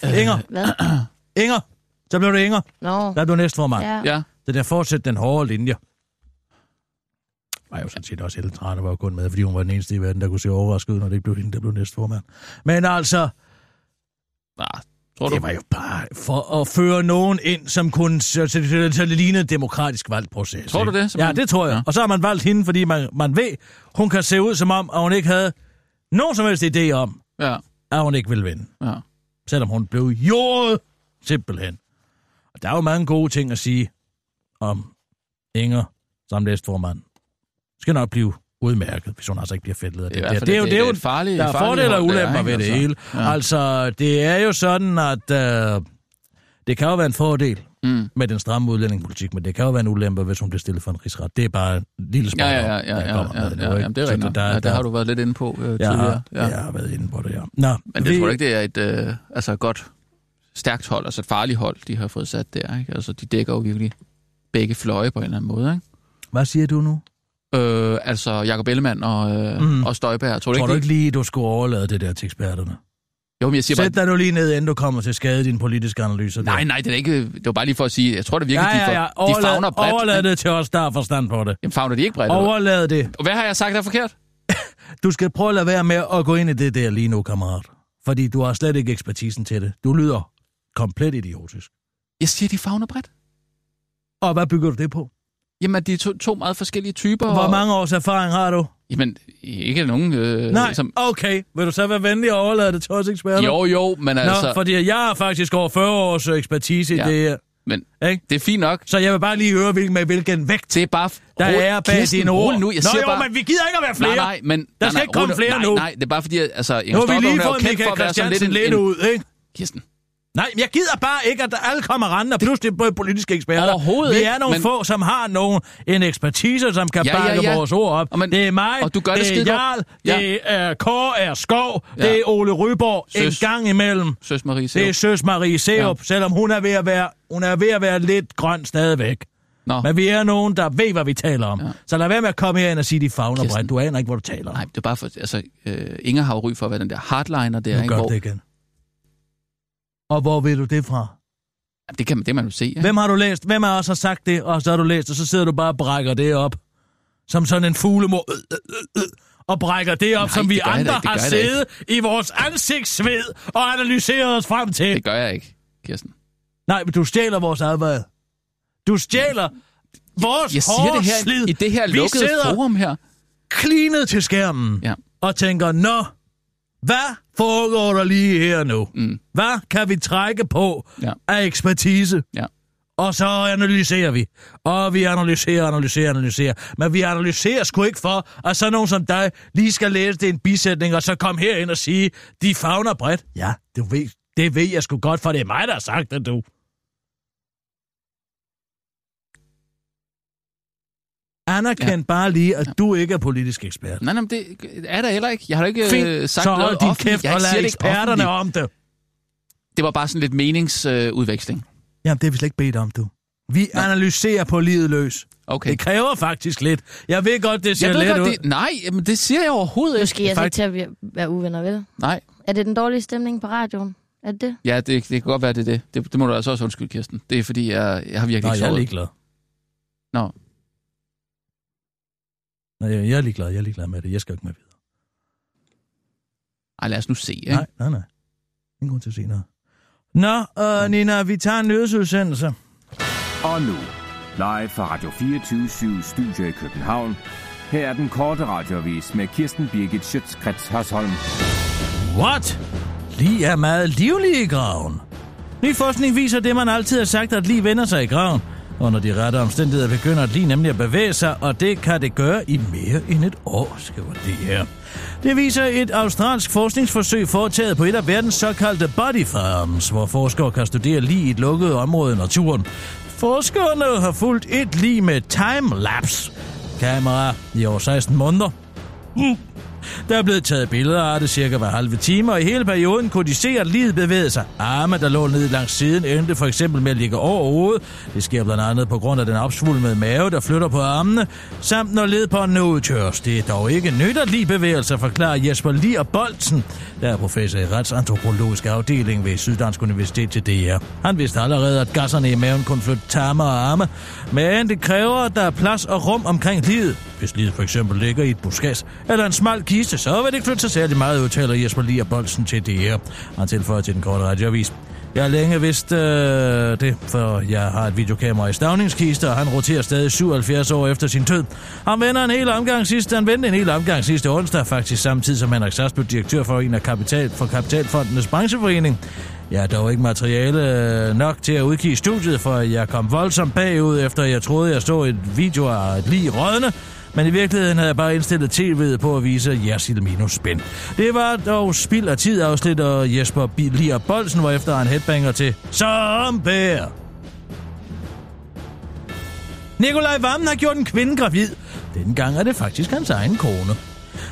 Inger. Hvad? Inger. Så blev det Inger. Nå, Der blev næstformand. Ja. ja. Ja. Det der fortsæt den hårde linje. Var jo sådan set også Ellen Trane var jo kun med, fordi hun var den eneste i verden, der kunne se overrasket ud, når det ikke blev hende, der blev næstformand. Men altså, Ah, tror du? det var jo bare for at føre nogen ind, som kunne, så, så, så, så det lignede en demokratisk valgproces. Tror du ikke? det, simpelthen? Ja, det tror jeg. Ja. Ja. Og så har man valgt hende, fordi man, man ved, hun kan se ud som om, at hun ikke havde nogen som helst idé om, Ja, at hun ikke ville vinde. ja. selvom hun blev jordet, simpelthen. Og der er jo mange gode ting at sige om Inger som næstformand. Skal nok blive udmærket, hvis hun altså ikke bliver fældet af Det er i det. der. hvert fald det er jo et- det er jo et farligt- Der er farligt fordele og hold, det er, ulemper ved ikke? det Altså, hele. ja. Altså, det er jo sådan, at øh, det kan jo være en fordel Mm. med den stramme udlændingepolitik, men det kan jo være en ulempe, hvis hun bliver stillet for en rigsret. Det er bare en lille smule, Ja, ja, ja, ja, der ja, kommer ja, med nu, ja, ikke? Jamen, det er Så rigtigt. nok. der- Ja, det der- har du været lidt inde på øh, jeg tidligere. har, jeg har været inde på det, ja. Nå, Men jeg tror ikke, det er et øh, altså et godt, stærkt hold, altså et farligt hold, de har fået sat der. Ikke? Altså, de dækker jo virkelig begge fløje på en eller anden måde. Hvad siger du nu? Ikke? Øh, altså, Jacob Ellemann og, øh, Mm. mm. og Støjberg. Tror du Tror du ikke, ikke de- lige, du skulle overlade det der til eksperterne? Jo, men jeg siger Sæt bare... dig nu lige ned, inden du kommer til skade i dine politiske analyser. der. Nej, nej, det er ikke... Det var bare lige for at sige... Jeg tror, det virkelig, ja, ja, de, ja. får, de fagner bredt. overlad men- det til os, der har forstand på det. Jamen, fagner de ikke bredt? Over... Overlad det. Hvad har jeg sagt, der er forkert? Du skal prøve at lade være med at gå ind i det der lige nu, kammerat. Fordi du har slet ikke ekspertisen til det. Du lyder komplet idiotisk. Jeg siger, de fagner bredt. Og hvad bygger du det på? Jamen, de er to, to meget forskellige typer. Hvor og- mange års erfaring har du? Jamen, ikke nogen... Øh, Nej, Som... okay. Vil du så være venlig og overlade det til os eksperter? Jo, jo, men altså... Nå, fordi jeg har faktisk over 40 års øh, ekspertise Ja. i det her. Men Ikke? det er fint nok. Så jeg vil bare lige høre, hvilken, med hvilken vægt Det er bare... Der Rul- er bag Kirsten, dine ord. rul nu. Jeg Nå siger jo, bare... men vi gider ikke at være flere. Nej, nej, men... Der nej, skal nej, ikke komme rul flere nej, nu. Nej, det er bare fordi, at- altså... Nu Inger har vi Støjberg, lige hun er jo fået kendt for Michael at være sådan lidt Christiansen en... lidt en- ud, ikke? Kirsten, Nej, men jeg gider bare ikke, at alle kommer rende og pludselig bliver politiske eksperter. Overhovedet Vi ikke, er nogle men- få, som har nogen, en ekspertise, som kan ja, bakke ja, ja. vores ord op. Og men- det er mig, og du gør det det er skidegodt. Jarl, Ja. det er Kåre er Skov, Ja. det er Ole Ryborg Søs. en gang imellem. søs Marie, Det er ser Søs Marie Seup, ja. selvom hun er, ved at være, hun er ved at være lidt grøn stadigvæk. Nå, Men vi er nogen, der ved, hvad vi taler om. Ja. Ja. Så lad være med at komme herind og sige, de fagner Kirsten. bredt. Du aner ikke, hvor du taler om. nej, det er bare for... Altså, øh, Inger har jo ry for at være den der hardliner der, nu ikke? gør Hvor, det igen. Og hvor ved du det fra? Jamen, det, kan, man- det kan man jo se, ikke? Hvem har du læst? Hvem af os har sagt det, og så har du læst, og så sidder du bare og brækker det op. Som sådan en fuglemor. Øh, øh, øh, og brækker det op, Nej, Nej, som vi det gør jeg da andre ikke, det har gør jeg da ikke. siddet i vores ansigtsved og analyseret os frem til. Det gør jeg ikke, Kirsten. Nej, men du stjæler vores arbejde. Du stjæler vores Jeg siger det her hårde slid. i det her Vi lukkede sidder forum her. klinet til skærmen Ja. og tænker, nå, hvad foregår der lige her nu? Mm. Hvad kan vi trække på Ja. af ekspertise? Ja. Og så analyserer vi. Og vi analyserer, analyserer, analyserer. Men vi analyserer sgu ikke for, at så nogen som dig lige skal læse det i en bisætning, og så komme herind og sige, de fagner bredt. Ja, du ved, det ved jeg sgu godt, for det er mig, der har sagt det, du. Anerkend ja. bare lige, at ja. du ikke er politisk ekspert. Nej, nej, men det er der heller ikke. Jeg har da ikke øh, Fint, sagt så hold noget din offentligt. kæft Jeg og siger lad det ikke eksperterne offentligt. om det. Det var bare sådan lidt meningsudveksling. Jamen, det er vi slet ikke bedt om, du. Vi Nå. analyserer på livet løs. okay. Det kræver faktisk lidt. Jeg ved godt, det ser Jeg ved let godt, ud. det, nej, men det siger jeg overhovedet Nu ikke. skal jeg så ikke Fakt- til at være- være uvenner, vel? Nej, Er det den dårlige stemning på radioen? Er det det? ja, det, det kan godt være, det er det. det. Det må du altså også undskylde, Kirsten. Det er, fordi jeg, jeg har virkelig Nej, ikke jeg er sovet. ligeglad. Nå, Nej, jeg jeg er ligeglad. Jeg er ligeglad med det. Jeg skal jo ikke med videre. ej, lad os nu se. Ikke? Ja. Nej, nej, nej. Ingen grund til at sige noget. Nå, øh, Nina, vi tager en nyhedsudsendelse. Og nu, live fra Radio 24 Studio i København. Her er den korte radiovis med Kirsten Birgit Schøtzgrads Hasholm. What? Lige er meget livlige i graven. Ny forskning viser det, man altid har sagt, at lige vender sig i graven. Under de rette omstændigheder begynder det lige nemlig at bevæge sig, og det kan det gøre i mere end et år, skriver det her. Det viser et australsk forskningsforsøg foretaget på et af verdens såkaldte body farms, hvor forskere kan studere lige i et lukket område i naturen. Forskerne har fulgt et lige med time-lapse kamera i over 16 måneder. Der er blevet taget billeder af det cirka hver halve time, og i hele perioden kunne de se, at livet bevægede sig. Arme, der lå ned langs siden, endte for eksempel med at ligge over hovedet. Det sker blandt andet på grund af den opsvulmede mave, der flytter på armene, samt når ledbåndene udtørs. Det er dog ikke nyt at lide bevægelser, forklarer Jesper Lier Bolsen, der er professor i retsantropologisk afdeling ved Syddansk Universitet til DR. Han vidste allerede, at gasserne i maven kunne flytte tarme og arme, men det kræver, at der er plads og rum omkring livet. Hvis livet for eksempel ligger i et buskads eller en smal kiste, så vil det ikke flytte sig særlig meget, udtaler Jesper Lier Bolsen til DR. Han tilføjer til den korte radioavis. Jeg har længe vidst øh, det, for jeg har et videokamera i stavningskiste, og han roterer stadig 77 år efter sin død. Han vender en hel omgang sidste, han vendte en hel omgang sidste onsdag, faktisk samtidig som Henrik Sars blev direktør for en af kapital, for Kapitalfondenes brancheforening. Jeg er dog ikke materiale øh, nok til at udgive studiet, for jeg kom voldsomt bagud, efter jeg troede, jeg så et video af et lige rådne, men i virkeligheden havde jeg bare indstillet tv'et på at vise Jersil minus spænd. Det var dog spild af tid, afslitter Jesper Bilier Bolsen, hvorefter han headbanger til Som bær. Nikolaj Vammen har gjort en kvinde gravid. Denne gang er det faktisk hans egen kone.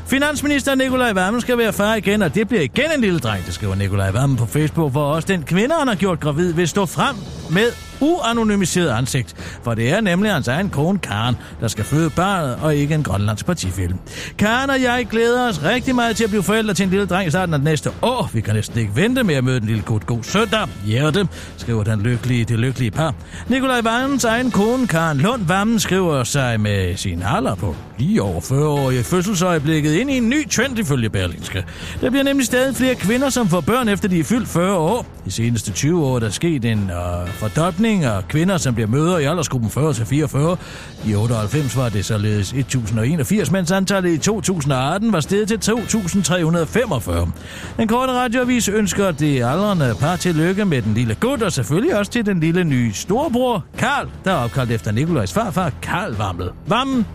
Finansminister Nikolaj Vammen skal være far igen, og det bliver igen en lille dreng, det skriver Nikolaj Vammen på Facebook, hvor også den kvinde, han har gjort gravid, vil stå frem med uanonymiseret ansigt. For det er nemlig hans egen kone Karen, der skal føde barnet, og ikke en grønlandsk partifilm. Karen og jeg glæder os rigtig meget til at blive forældre til en lille dreng i starten af næste år. Vi kan næsten ikke vente med at møde den lille gut god søndag. Hjerte, skriver den lykkelige, det lykkelige par. Nikolaj Vammens egen kone Karen Lund Vammen skriver sig med sin alder på lige over 40 år i fødselsøjeblikket ind i en ny trend ifølge Berlingske. Der bliver nemlig stadig flere kvinder, som får børn efter de er fyldt 40 år. De seneste 20 år er der sket en øh, fordobling af kvinder, som bliver mødre i aldersgruppen 40-44. I 98 var det således 1081, mens antallet i 2018 var steget til 2345. Den korte radioavis ønsker det aldrende par tillykke med den lille gut, og selvfølgelig også til den lille nye storbror, Karl, der er opkaldt efter Nikolajs farfar, Karl Vammel. Vammen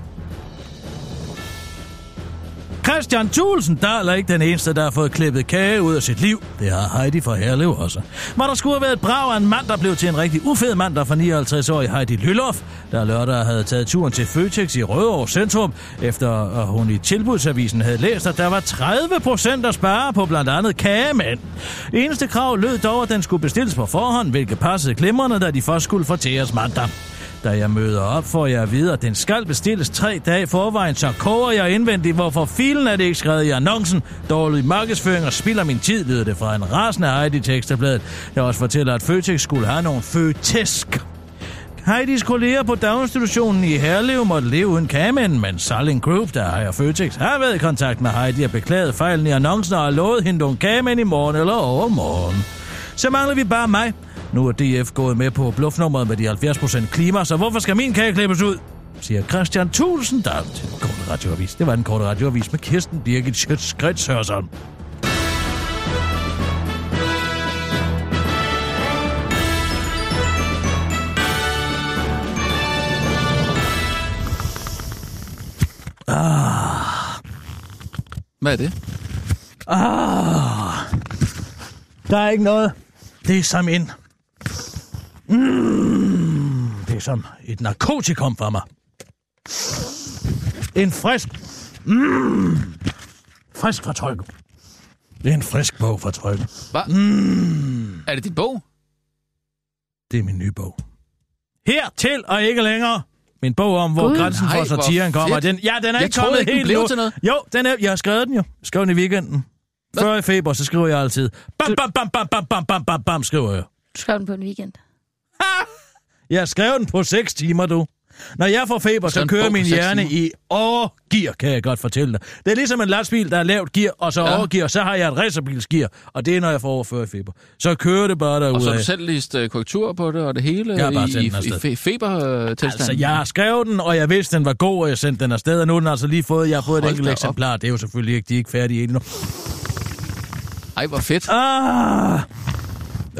Christian Thulsen Dahl er ikke den eneste, der har fået klippet kage ud af sit liv. Det har Heidi fra Herlev også. Hvor der skulle have været et brag af en mand, der blev til en rigtig ufed mand, der for 59 år i Heidi Lyllof, der lørdag havde taget turen til Føtex i Rødovre Centrum, efter at hun i tilbudsavisen havde læst, at der var 30 procent at spare på blandt andet kagemænd. Eneste krav lød dog, at den skulle bestilles på forhånd, hvilket passede glimrende, da de først skulle fortæres mandag. Da jeg møder op, får jeg at vide, at den skal bestilles tre dage i forvejen, så koger jeg indvendigt, hvorfor filen er det ikke skrevet i annoncen. Dårlig markedsføring og spilder min tid, lyder det fra en rasende Heidi Teksterbladet, der også fortæller, at Føtex skulle have nogle føtesk. Heidis kolleger på daginstitutionen i Herlev måtte leve uden kamen, men Salling Group, der ejer Føtex, har været i kontakt med Heidi og beklaget fejlen i annoncen og har lovet hende nogle kamen i morgen eller overmorgen. Så mangler vi bare mig, nu er DF gået med på bluffnummeret med de 70% klima, så hvorfor skal min kage klippes ud? siger Christian Tulsendal til den korte radioavis. Det var den korte radioavis med Kirsten Birgit Schøtz-Grets Hørsholm. Hvad er det? Der er ikke noget. Det er som en... Mm, det er som et narkotikum for mig. En frisk... Mm, frisk fortryk. Det er en frisk bog for tryk. Hvad? Hmm. Er det dit bog? Det er min nye bog. Hertil og ikke længere. Min bog om, hvor Gud, Gud, grænsen nej, for hvor satiren kommer. fedt. Den, ja, den er Jeg ikke troede kommet ikke, den helt blev nu. til noget. Jo, den er, jeg har skrevet den jo. Jeg skrev den i weekenden. Hvad? Før i februar, så skriver jeg altid. Bam, bam, bam, bam, bam, bam, bam, bam, bam, skriver jeg. Du skrev den på en weekend. Jeg skrev den på 6 timer, du. Når jeg får feber, Sådan så en kører bog på min seks hjerne timer. i overgear, kan jeg godt fortælle dig. Det er ligesom en lastbil, der er lavt gear, og så Ja. ja. overgear, så har jeg et racerbilsgear, og det er, når jeg får overført feber. Så kører det bare derudad. Og så har du selv læst øh, korrektur på det, og det hele Jeg har bare i, sendt i, den afsted. i fe- febertilstanden. Altså, jeg skrev den, og jeg vidste, den var god, og jeg sendte den afsted, og nu er den altså lige fået, jeg har fået et Hold enkelt da op. eksemplar. Det er jo selvfølgelig ikke, de er ikke færdige endnu. Ej, hvor fedt. Ah, Øh,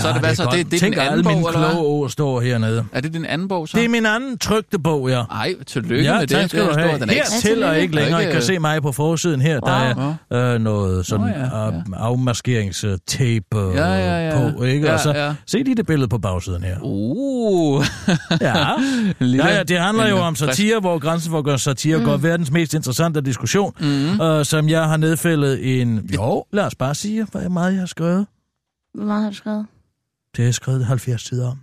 Så er det hvad så? Det- det er Tænk, den anden alle mine bog, eller hvad? kloge ord står hernede. Er det din anden bog, så? Det er min anden trygte bog, ja. Ej, tillykke med det. tak skal det er du stor. have. Den er ikke Her til og ikke Den er længere. I ikke- øh, kan se mig på forsiden her. Der er øh, noget sådan Nå ja, af- afmaskeringstape øh, Ja, ja, ja. på, ikke? Og Ja, så ja. se lige det billede på bagsiden her. Uh. [laughs] Ja. Lille- ja, ja, det handler jo en om frisk- satire, hvor grænsen for at gøre satire mm. går verdens mest interessante diskussion, mm. øh, som jeg har nedfældet en... Jo, lad os bare sige, hvor meget jeg har skrevet. Hvor meget har du skrevet? Det har jeg skrevet 70 sider om.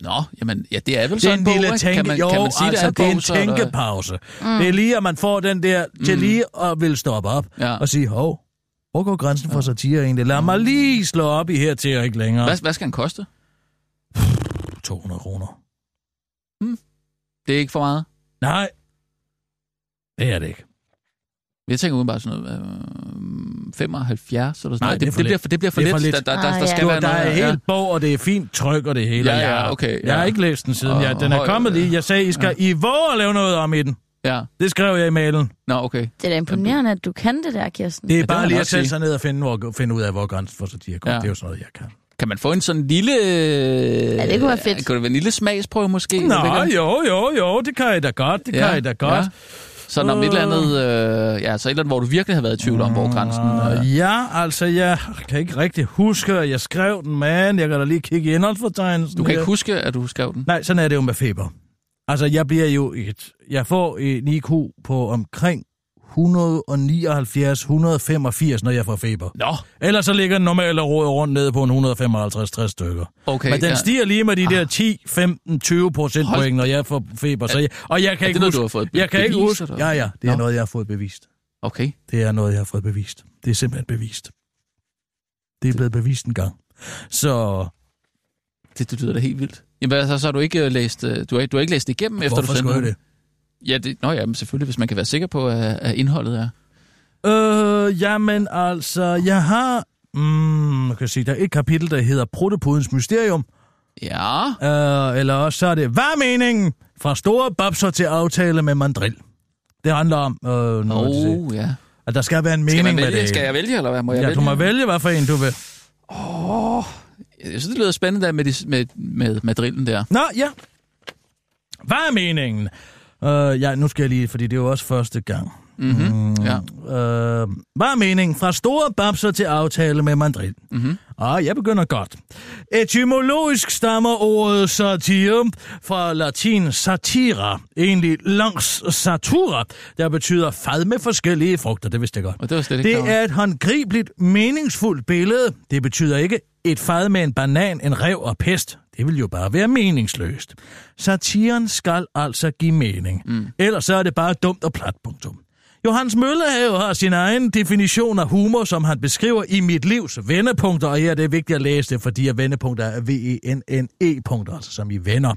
Nå, jamen, ja, det er vel Det er sådan en en bog, lille ikke? tænke... Kan man, jo, kan man sige, altså, det er en bog, så det er en der- Mm. tænkepause. Mm. Det er lige, at man får den der til lige at vil stoppe op Ja. og sige, hov, hvor går grænsen for satire egentlig? Lad mig lige slå op i her til og ikke længere. Ah. Hvad, hvad skal den koste? 200 kroner. Det er ikke for meget. Nej, det er det ikke. Jeg tænker udenbart sådan noget, øh, 75 eller sådan Nej, noget. det er Det, for det, lidt. bliver for, det bliver for Det er lidt. for lidt. Der, der, der, Ah, der ja. skal Du, være der er noget. ja. helt bog, og det er fint tryk, og det hele. Ja, ja, Jeg- okay, Jeg har ja. ikke læst den siden. Og- Jeg, den er og- kommet lige. Jeg sagde, I skal I våge at lave noget om i den. ja. Det skrev jeg i mailen. Nå, okay. Det er da imponerende, at du kan det der, Kirsten. Det er det må bare jeg lige nok at sætte sige. sig ned og finde, hvor, finde ud af, hvor grænsen for satire går. Ja. Ja. Det er jo sådan noget, jeg kan. Kan man få en sådan lille... Ja, det kunne være fedt. Kunne det være en lille smagsprøve måske? Jeg ved Nå, ikke, om- jo, jo, jo, det kan I da godt, det ja, kan I da godt. Uh. Ja. Sådan om et eller andet... Øh, ja, så et eller andet, hvor du virkelig har været i tvivl om, hvor grænsen... Øh, Øh, ja, altså, jeg kan ikke rigtig huske, at jeg skrev den, men jeg kan da lige kigge i indholdsfortegnelsen. du kan her. ikke huske, at du skrev den? Nej, sådan er det jo med feber. Altså, jeg bliver jo et... Jeg får en IQ på omkring 179-185, når jeg får feber. Nå, Ellers så ligger den normale råd rundt nede på en 155-60 stykker. okay. Men den ja. Ah. stiger lige med de der 10, 15, 20 procent Hold- point, når jeg får feber. Så jeg, og jeg kan Er ikke det noget, huske, du har fået be- jeg kan ikke bevist, huske. eller? Ja, ja, det er Nå. noget, jeg har fået bevist. Okay. Det er noget, jeg har fået bevist. Det er simpelthen bevist. Det er blevet bevist en gang. Så Det, det lyder da helt vildt. Jamen, hvad, så, så har du ikke øh, læst, øh, du har, ikke- du har ikke læst det igennem, efter hvorfor du sendte skulle jeg den? det? Ja, det, nå ja, men selvfølgelig, hvis man kan være sikker på, at, at indholdet er. Øh, jamen altså, jeg har... Mm, jeg kan sige, der er et kapitel, der hedder Protopodens Mysterium. Ja, Øh, eller også så er det, hvad er meningen? Fra store babser til aftale med mandril. Det handler om, øh, noget, oh. oh, ja. at der skal være en mening Skal, man med vælge, det. skal jeg vælge, eller hvad? Må jeg ja, vælge? du må vælge, hvad for en du vil. Jeg synes, det lyder spændende der med, de, med, med, med drillen der. Nå, ja. Hvad er meningen? Øh, ja, nu skal jeg lige, fordi det er jo også første gang. Mm-hmm. Mm. Ja. øh, hvad er meningen? Fra store babser til aftale med mandrin. Mm-hmm. Mhm. Og jeg begynder godt. Etymologisk stammer ordet satire fra latin satira, egentlig langs satura, der betyder fad med forskellige frugter, det vidste jeg godt. Og det var slet ikke Det er et håndgribeligt, meningsfuldt billede. Det betyder ikke et fad med en banan, en rev og pest. Det vil jo bare være meningsløst. Satiren skal altså give mening. Mm. Ellers så er det bare dumt og plat, punktum. Johannes Møllehave har sin egen definition af humor, som han beskriver i mit livs vendepunkter, og her er det vigtigt at læse det, fordi at vendepunkter er E V-E-N-N-E-punkter, altså som i venner.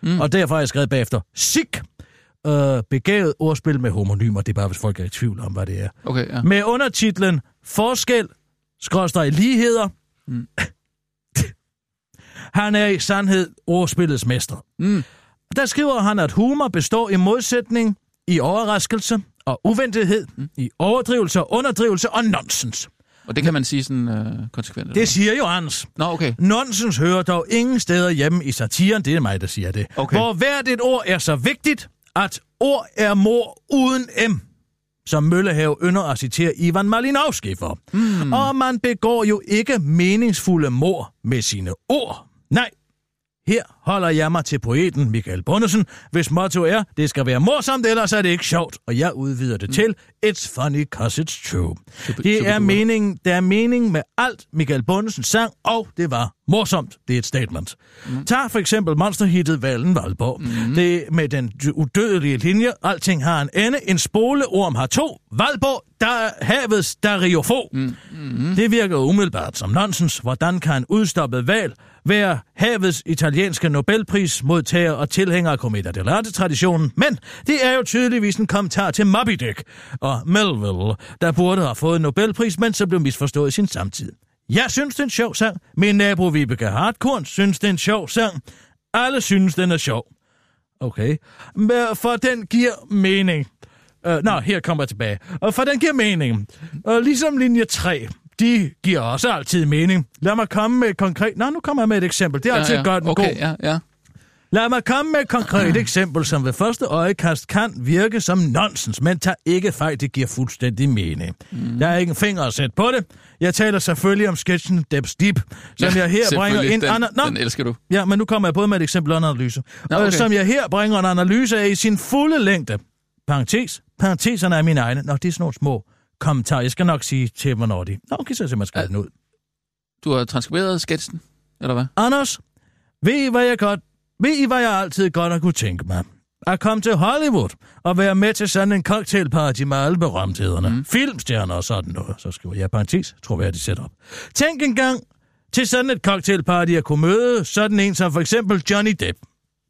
Mm. Og derfor har jeg skrevet bagefter, sik, øh, begavet ordspil med homonymer, det er bare, hvis folk er i tvivl om, hvad det er Okay, ja. med undertitlen Forskel, skråstrej ligheder. Mm. [laughs] han er i sandhed ordspillets mester. Mm. Der skriver han, at humor består i modsætning, i overraskelse og uventethed, mm. i overdrivelse og underdrivelse og nonsens. Og det kan man sige sådan øh, konsekvent. eller Det siger Johannes. hvad? Nå, okay. Nonsens hører dog ingen steder hjemme i satiren, det er mig, der siger det. Okay. Hvor hvert et ord er så vigtigt, at ord er mor uden M, som Møllehav ynder at citere Ivan Malinovski for. Mm. Og man begår jo ikke meningsfulde mor med sine ord. Nej, her holder jeg mig til poeten Michael Bundesen, hvis motto er, det skal være morsomt, ellers er det ikke sjovt. Og jeg udvider det til, it's funny cause it's true. Det er superduper. meningen, der er mening med alt Michael Bundesens sang, og det var morsomt. Det er et statement. Mm. Tag for eksempel monsterhittet Valen Valborg. Mm. Det med den udødelige linje, alting har en ende, en spoleorm har to, Valborg, der er havets dariofo. Mm. Det virker umiddelbart som nonsens. Hvordan kan en udstoppet valg være havets italienske Nobelprismodtager og tilhænger af Cometa dell'arte-traditionen? Men det er jo tydeligvis en kommentar til Moby Dick og Melville, der burde have fået en Nobelpris, men så blev misforstået i sin samtid. Jeg synes, det er en sjov sang. Min nabo Vibeke Hartkorn synes, det er en sjov sang. Alle synes, den er sjov. Okay. Men For den giver Øh, mening. Uh, nå, her kommer jeg tilbage. Og for den giver mening. Uh, ligesom Øh, linje 3. de giver også altid mening. Lad mig komme med et konkret... Nå, nu kommer jeg med et eksempel. Det er altid ja. godt en okay, god ja, ja. Lad mig komme med et konkret eksempel, som ved første øjekast kan virke som nonsens, men tager ikke fejl, det giver fuldstændig mening. Mm. Der er ikke en finger at sætte på det. Jeg taler selvfølgelig om sketchen Debs Deep, som Ja, jeg her bringer selvfølgelig. en Den- anden... den elsker du. Ja, men nu kommer jeg både med et eksempel og en analyse. Nå, okay. okay. Som jeg her bringer en analyse af i sin fulde længde. Parentes. Parenteserne er mine egne. Nå, det er sådan nogle små kommentarer. Jeg skal nok sige til, hvornår de... Nå, okay, så skal man skrive den ud. Du har transkriberet sketchen, eller hvad? Anders, ved I, hvad jeg godt, ved I, hvad jeg altid godt har kunne tænke mig? At komme til Hollywood og være med til sådan en cocktailparty med alle berømthederne. Mm. Filmstjerner og sådan noget. Så skriver jeg parentes, tror jeg, de sætter op. Tænk engang til sådan et cocktailparty at kunne møde sådan en som for eksempel Johnny Depp.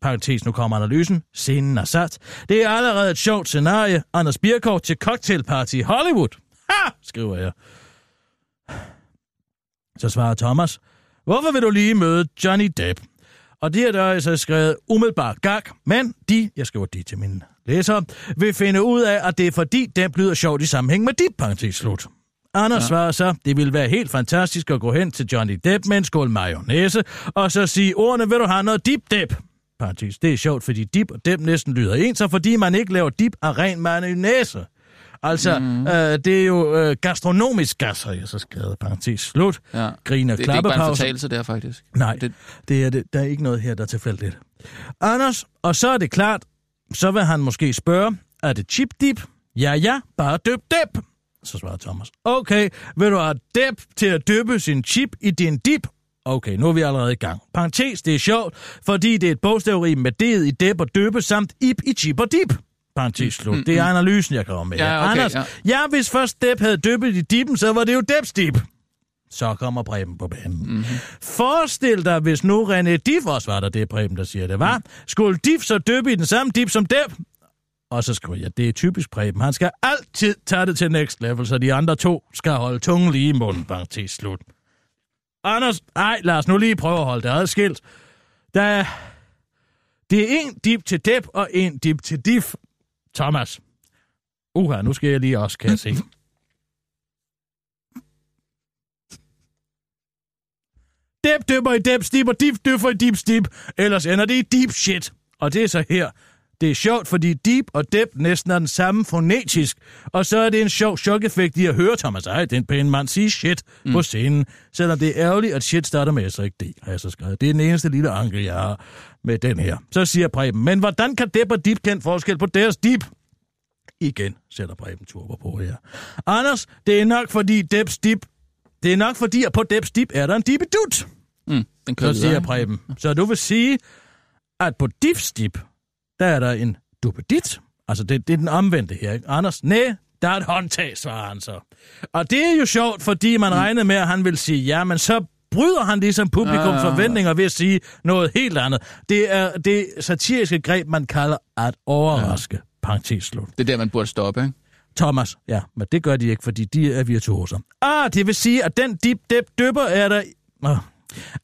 Parentes, nu kommer analysen. Scenen er sat. Det er allerede et sjovt scenarie. Anders Birkov til cocktailparty i Hollywood. Ha! skriver jeg. Så svarer Thomas. Hvorfor vil du lige møde Johnny Depp? Og det er der altså skrevet umiddelbart gag, men de, jeg skriver de til mine læsere, vil finde ud af, at det er fordi, Depp lyder sjovt i sammenhæng med dit parentes slut. Anders ja. svarer så, det ville være helt fantastisk at gå hen til Johnny Depp med en skål mayonnaise, og så sige ordene, vil du have noget dip Depp? Parentes, det er sjovt, fordi dip og Depp næsten lyder ens, og fordi man ikke laver dip af ren mayonnaise. Altså, Mhm. mm. øh, det er jo øh, gastronomisk gas, har jeg så skrevet, parentes slut. Ja. Griner Det, det er ikke bare en klappepause. fortalelse der, faktisk. Nej, det... Det- Det er det. der er ikke noget her, der er tilfældigt. Anders, og så er det klart, så vil han måske spørge, er det chip dip? Ja, ja, bare døb dip. Så svarer Thomas, okay, vil du have dip til at døbe sin chip i din dip? Okay, nu er vi allerede i gang. Parentes, det er sjovt, fordi det er et bogstaveri med D'et i dip og døbe samt ip i chip og dip. Parentes slut. Det er analysen, jeg kommer med. Mm, Ja, her. okay, Anders, ja. ja, hvis først Depp havde døbet i dippen, så var det jo Depps dip. Så kommer Preben på banen. Mm. Mm-hmm. Forestil dig, hvis nu René Diff også var der, det er Preben, der siger det, var. Mm. Skulle Diff så døbe i den samme dip som Depp? Og så skriver jeg, det er typisk Preben. Han skal altid tage det til next level, så de andre to skal holde tungen lige i munden, bare til slut. Anders, ej, lad os nu lige prøve at holde det adskilt. Der er... Det er en dip til Depp og en dip til Diff. Thomas. Uha, nu skal jeg lige også, kan jeg se. Dep døber i dep stip, og dip døffer i dip stip. Ellers ender det i deep shit. Og det er så her. Det er sjovt, fordi deep og dep næsten er den samme fonetisk. Og så er det en sjov chok-effekt i at høre Thomas Eje, den pæne mand, sige shit mm. på scenen. Selvom det er ærgerligt, at shit starter med S og ikke D, har jeg så skrevet. Det er den eneste lille ankel, jeg har med den her. Så siger Preben, men hvordan kan dep og dip kende forskel på deres dip? Igen sætter Preben Turbo på her. Anders, det er nok fordi Deps dip... Det er nok fordi, at på Deps dip er der en dibidut. Mm, den kører Så videre, siger ikke? Preben. Så du vil sige, at på dipstip, der er der en duppedit. Altså, det, det er den omvendte her, ikke? Anders, nej, der er et håndtag, svarer han så. Og det er jo sjovt, fordi man mm. regnede med, at han ville sige ja, men så bryder han ligesom publikum Ah. forventninger ved at sige noget helt andet. Det er det satiriske greb, man kalder at overraske. Ja. Parentes slut. Det er der, man burde stoppe, ikke? Thomas, ja, men det gør de ikke, fordi de er virtuoser. Ah, det vil sige, at den dip dip døber er der... Ah,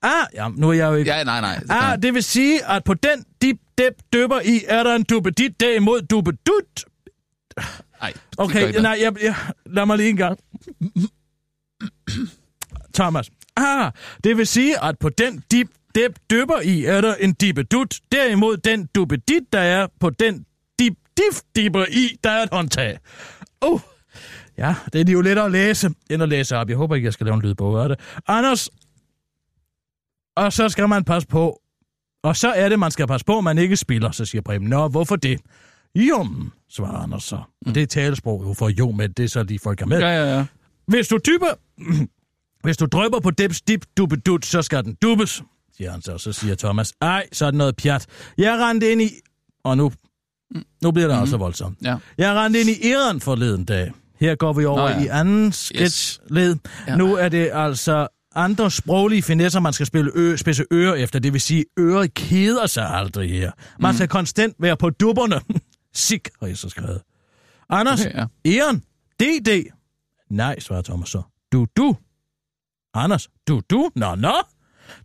ah ja, nu er jeg jo ikke... Ja, nej, nej. Ah, nej. det vil sige, at på den dip dip døber i, er der en duppedit, derimod duppedut. Ej, det gør Okay, ikke noget. nej, jeg, jeg, lad mig lige en gang. Thomas. Ah, det vil sige, at på den dip dip døber i, er der en dippedut, derimod den duppedit, der er på den dip dip dipper i, der er et håndtag. Uh. Ja, det er jo lettere at læse, end at læse op. Jeg håber ikke, jeg skal lave en lydbog af det. Anders, og så skal man passe på. Og så er det, man skal passe på, man ikke spiller, så siger Preben. Nå, hvorfor det? Jum, svarer Anders så. Mm. Det er talesprog jo for jo, men det er så lige folk er med. Ja, ja, ja. Hvis du dypper... [clears throat] Hvis du drøber på dips, dip, duppe, dut, så skal den dubbes, siger han så. Så siger Thomas, ej, så er det noget pjat. Jeg rendte ind i... Og nu, nu bliver det mm. altså voldsomt. Ja. Jeg rendte ind i æren forleden dag. Her går vi over Nå, Nå ja. ja. i anden sketchled. Yes. Ja. Ja. Nu er det altså andre sproglige finesser, man skal spille ø- spidse ører efter. Det vil sige, øret keder sig aldrig her. Man skal konstant være på dupperne. [laughs] Sik, har jeg så skrevet. Anders, Okay, ja. Eon, DD. Nej, svarer Thomas så. Du, du. Anders, du, du. Nå, nå.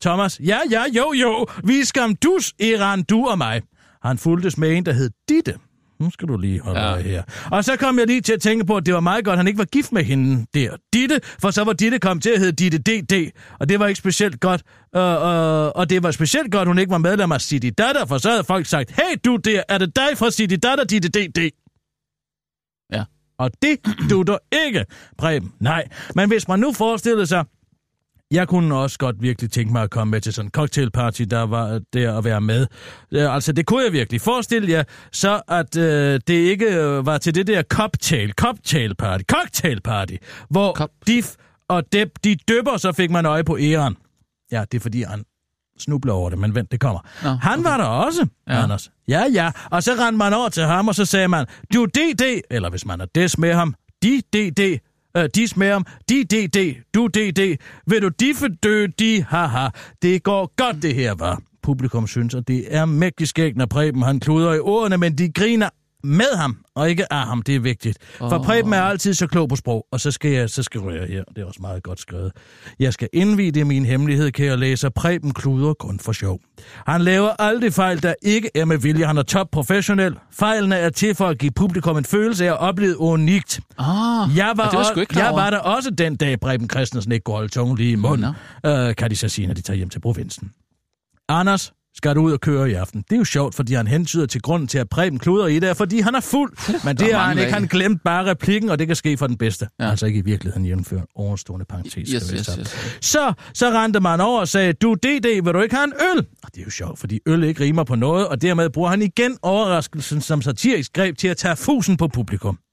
Thomas, ja, ja, jo, jo. Vi skam dus, Eran, du og mig. Han fuldtes med en, der hed Ditte. Nu skal du lige holde Ja. ja. her. Og så kom jeg lige til at tænke på, at det var meget godt, at han ikke var gift med hende der. Ditte, for så var Ditte kommet til at hedde Ditte DD, og det var ikke specielt godt. Øh, øh, og det var specielt godt, at hun ikke var medlem af City Datter, for så havde folk sagt, hey du der, er det dig fra City Datter, Ditte DD? Ja. Og det dutter ikke, Preben. Nej, men hvis man nu forestillede sig, jeg kunne også godt virkelig tænke mig at komme med til sådan en cocktailparty, der var der at være med. Øh, Altså, det kunne jeg virkelig forestille jer, så at øh, det ikke øh, var til det der cocktail, cocktailparty, cocktailparty, hvor Cop. Diff og Deb, de døber, så fik man øje på æren. Ja, det er fordi, han snubler over det, men vent, det kommer. Nå, Nå, han var der også, ja. Anders. Ja, ja. Og så rendte man over til ham, og så sagde man, du DD, eller hvis man er des med ham, de DD, øh, dis med ham, de DD, du DD, vil du diffe dø, de haha. Det går godt, det her, var. Publikum synes, at det er mægtig skægt, når Preben han kluder i ordene, men de griner med ham, og ikke af ham, det er vigtigt. For Åh. Preben er altid så klog på sprog, og så skal jeg, så skriver jeg her, det er også meget godt skrevet. Jeg skal indvide det i min hemmelighed, kære læser. Preben kluder kun for sjov. Han laver aldrig fejl, der ikke er med vilje. Han er top professionel. Fejlene er til for at give publikum en følelse af at opleve unikt. Ah, Jeg var, og det var også, sgu ikke klar jeg over. var der også den dag, Preben Christensen ikke kunne holde tungen lige i munden. Øh, kan de så sige, når de tager hjem til provinsen. Anders, skal du ud og køre i aften? Det er jo sjovt, fordi han hentyder til grunden til, at Preben kluder i det, er, fordi han er [laughs] fuld. Men det der er han mangler ikke. Han ikke. glemte bare replikken, og det kan ske for den bedste. Ja. Ja. Altså ikke i virkeligheden jævnfører overstående parentes. skal Yes, vi yes, sige. yes. Så, så rendte man over og sagde, du DD, vil du ikke have en øl? Og det er jo sjovt, fordi øl ikke rimer på noget, og dermed bruger han igen overraskelsen som satirisk greb til at tage fusen på publikum. [sighs]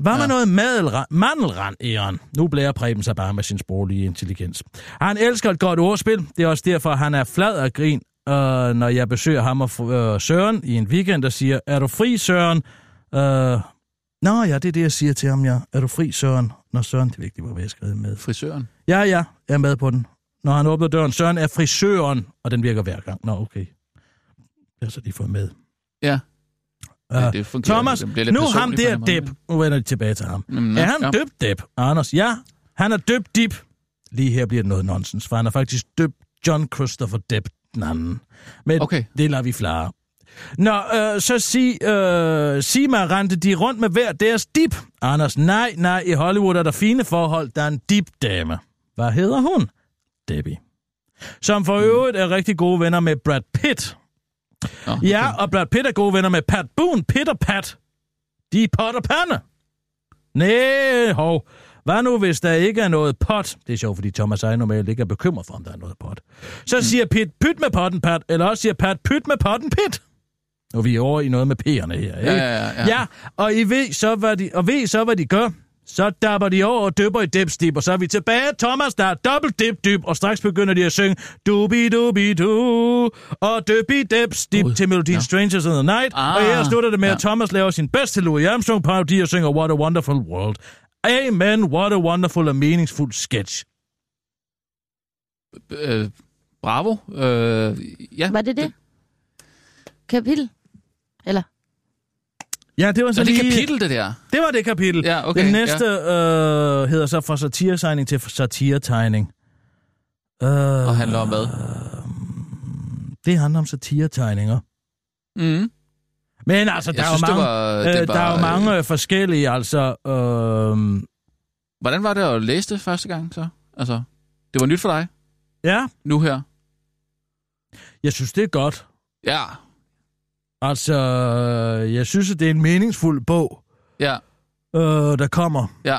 Var man noget madelra- mandelrand, Eon? Nu blærer Preben sig bare med sin sproglige intelligens. Han elsker et godt ordspil. Det er også derfor, han er flad og grin, øh, når jeg besøger ham og fru- øh, Søren i en weekend og siger, er du fri, Søren? Øh, Nå ja, det er det, jeg siger til ham, ja. Er du fri, Søren? Når Søren, det er vigtigt, hvor jeg skrevet med. Frisøren. Ja, ja, jeg er med på den. Når han åbner døren, Søren er frisøren, og den virker hver gang. Nå, okay. Jeg har så lige fået med. Ja. Ja, det fungerer. Thomas, Det bliver lidt nu personligt ham på en der eller anden Deb. Nu vender jeg tilbage til ham. Jamen, Jamen, nå, er han ja. døbt Deb, Anders? Ja, han er døbt Dib. Lige her bliver det noget nonsens, for han er faktisk døbt John Christopher Deb den anden. Men Okay. okay. det lader vi flare. Nå, øh, så sig, øh, sig mig, rendte de rundt med hver deres dip. Anders, nej, nej, i Hollywood er der fine forhold, der er en dip-dame. Hvad hedder hun? Debbie. Som Mm. for øvrigt er rigtig gode venner med Brad Pitt. Nå, okay. Ja, og Brad Pitt er gode venner med Pat Boone, Pitt og Pat. De er pot og pande. Næh, hov. Hvad nu, hvis der ikke er noget pot? Det er sjovt, fordi Thomas Eje normalt ikke er bekymret for, om der er noget pot. Mm. Så siger Pitt, pyt med potten, Pat. Eller også siger Pat, pyt med potten, Pitt. Nu er vi over i noget med P'erne her, ikke? Ja, ja, ja. ja og I ved så, hvad de, og ved I så, hvad de gør. Så dapper de over og døber i dipstip, og så er vi tilbage. Thomas, der er dobbelt dip dyb, og straks begynder de at synge dubi dubi du og døbi dipstip Gud, til melodien ja. ja. Strangers in the Night. Ah, Ah, og her slutter det med, ja. at Thomas laver sin bedste Louis Armstrong-parodi og synger What a Wonderful World. Amen, what a wonderful og meningsfuld sketch. Øh, bravo. Øh, ja. Var det det? Kapitel? Eller? Ja, det var så Så det er lige... kapitel, det der. Det var det kapitel. Ja, okay, Den næste øh, hedder så fra satiretegning til satiretegning. Øh, Og handler om hvad? Det handler om satiretegninger. Mm. Men altså, der Jeg er, synes, jo det mange, var... Det øh, var der er jo mange øh, forskellige, altså... Øh, Hvordan var det at læse det første gang, så? Altså, det var nyt for dig, ja, nu her. jeg synes, det er godt. Ja, Altså, jeg synes, at det er en meningsfuld bog, ja, øh, der kommer. Ja.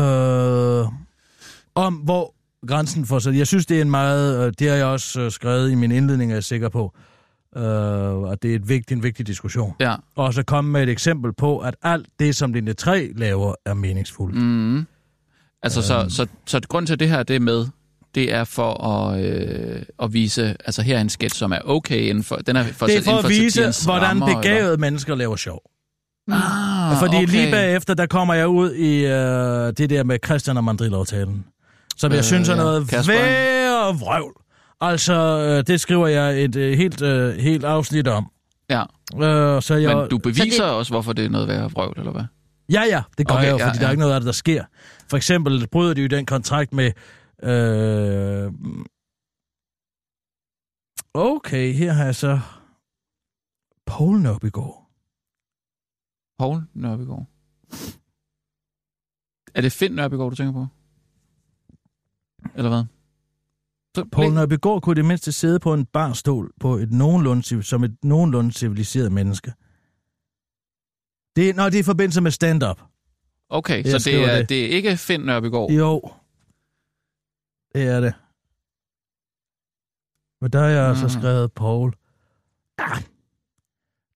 Øh, om hvor grænsen for sig. Jeg synes, det er en meget... Øh, det har jeg også øh, skrevet i min indledning, er jeg sikker på. Øh, og det er et vigtigt, en vigtig diskussion. ja. Og så komme med et eksempel på, at alt det, som linje 3 laver, er meningsfuldt. Mm. Mm. Altså, Øhm. så, så, så grund til at det her, det er med, det er for at, øh, at vise, altså her er en sketch, som er okay inden for, den er for, Det er for Altså inden at vise, satirens hvordan rammer, begavede mennesker laver sjov. Eller? Ah, Fordi okay. lige bagefter, der kommer jeg ud i øh, det der med Christian og Mandrill-aftalen. Som jeg Øh, øh, synes er ja. noget Kasper. værre vrøvl. Altså, øh, det skriver jeg et øh, helt, øh, helt afsnit om. Ja, Øh, så jeg, men du beviser Så det... også, hvorfor det er noget værre vrøvl, eller hvad? Ja, ja, det gør Okay, okay, jeg jo, ja, fordi ja, ja. der er ikke noget af det, der sker. For eksempel bryder de jo den kontrakt med... Øh... Okay, her har jeg så... Poul Nørbygård. Poul Nørbegaard. Er det Finn Nørbegaard, du tænker på? Eller hvad? Så, Poul Nørbygård kunne i det mindste sidde på en barstol på et nogenlunde, civ- som et nogenlunde civiliseret menneske. Det, er- nå, det er i forbindelse med stand-up. okay, jeg så det skriver er, det. det er ikke Finn Nørbegaard. Jo. Det er det. Men der har jeg altså Mm. skrevet Paul. Ah.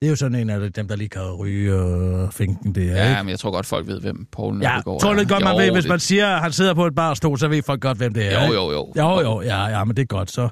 Det er jo sådan en af dem, der lige kan ryge og finken det er, Ja, ikke? men jeg tror godt, folk ved, hvem Poul Ja, Nørbegaard tror du ikke godt, man Jo, ved, hvis det- man siger, at han sidder på et barstol, så ved folk godt, hvem det er, Jo, ikke? jo, jo. Jo, jo, ja, ja, men det er godt, så.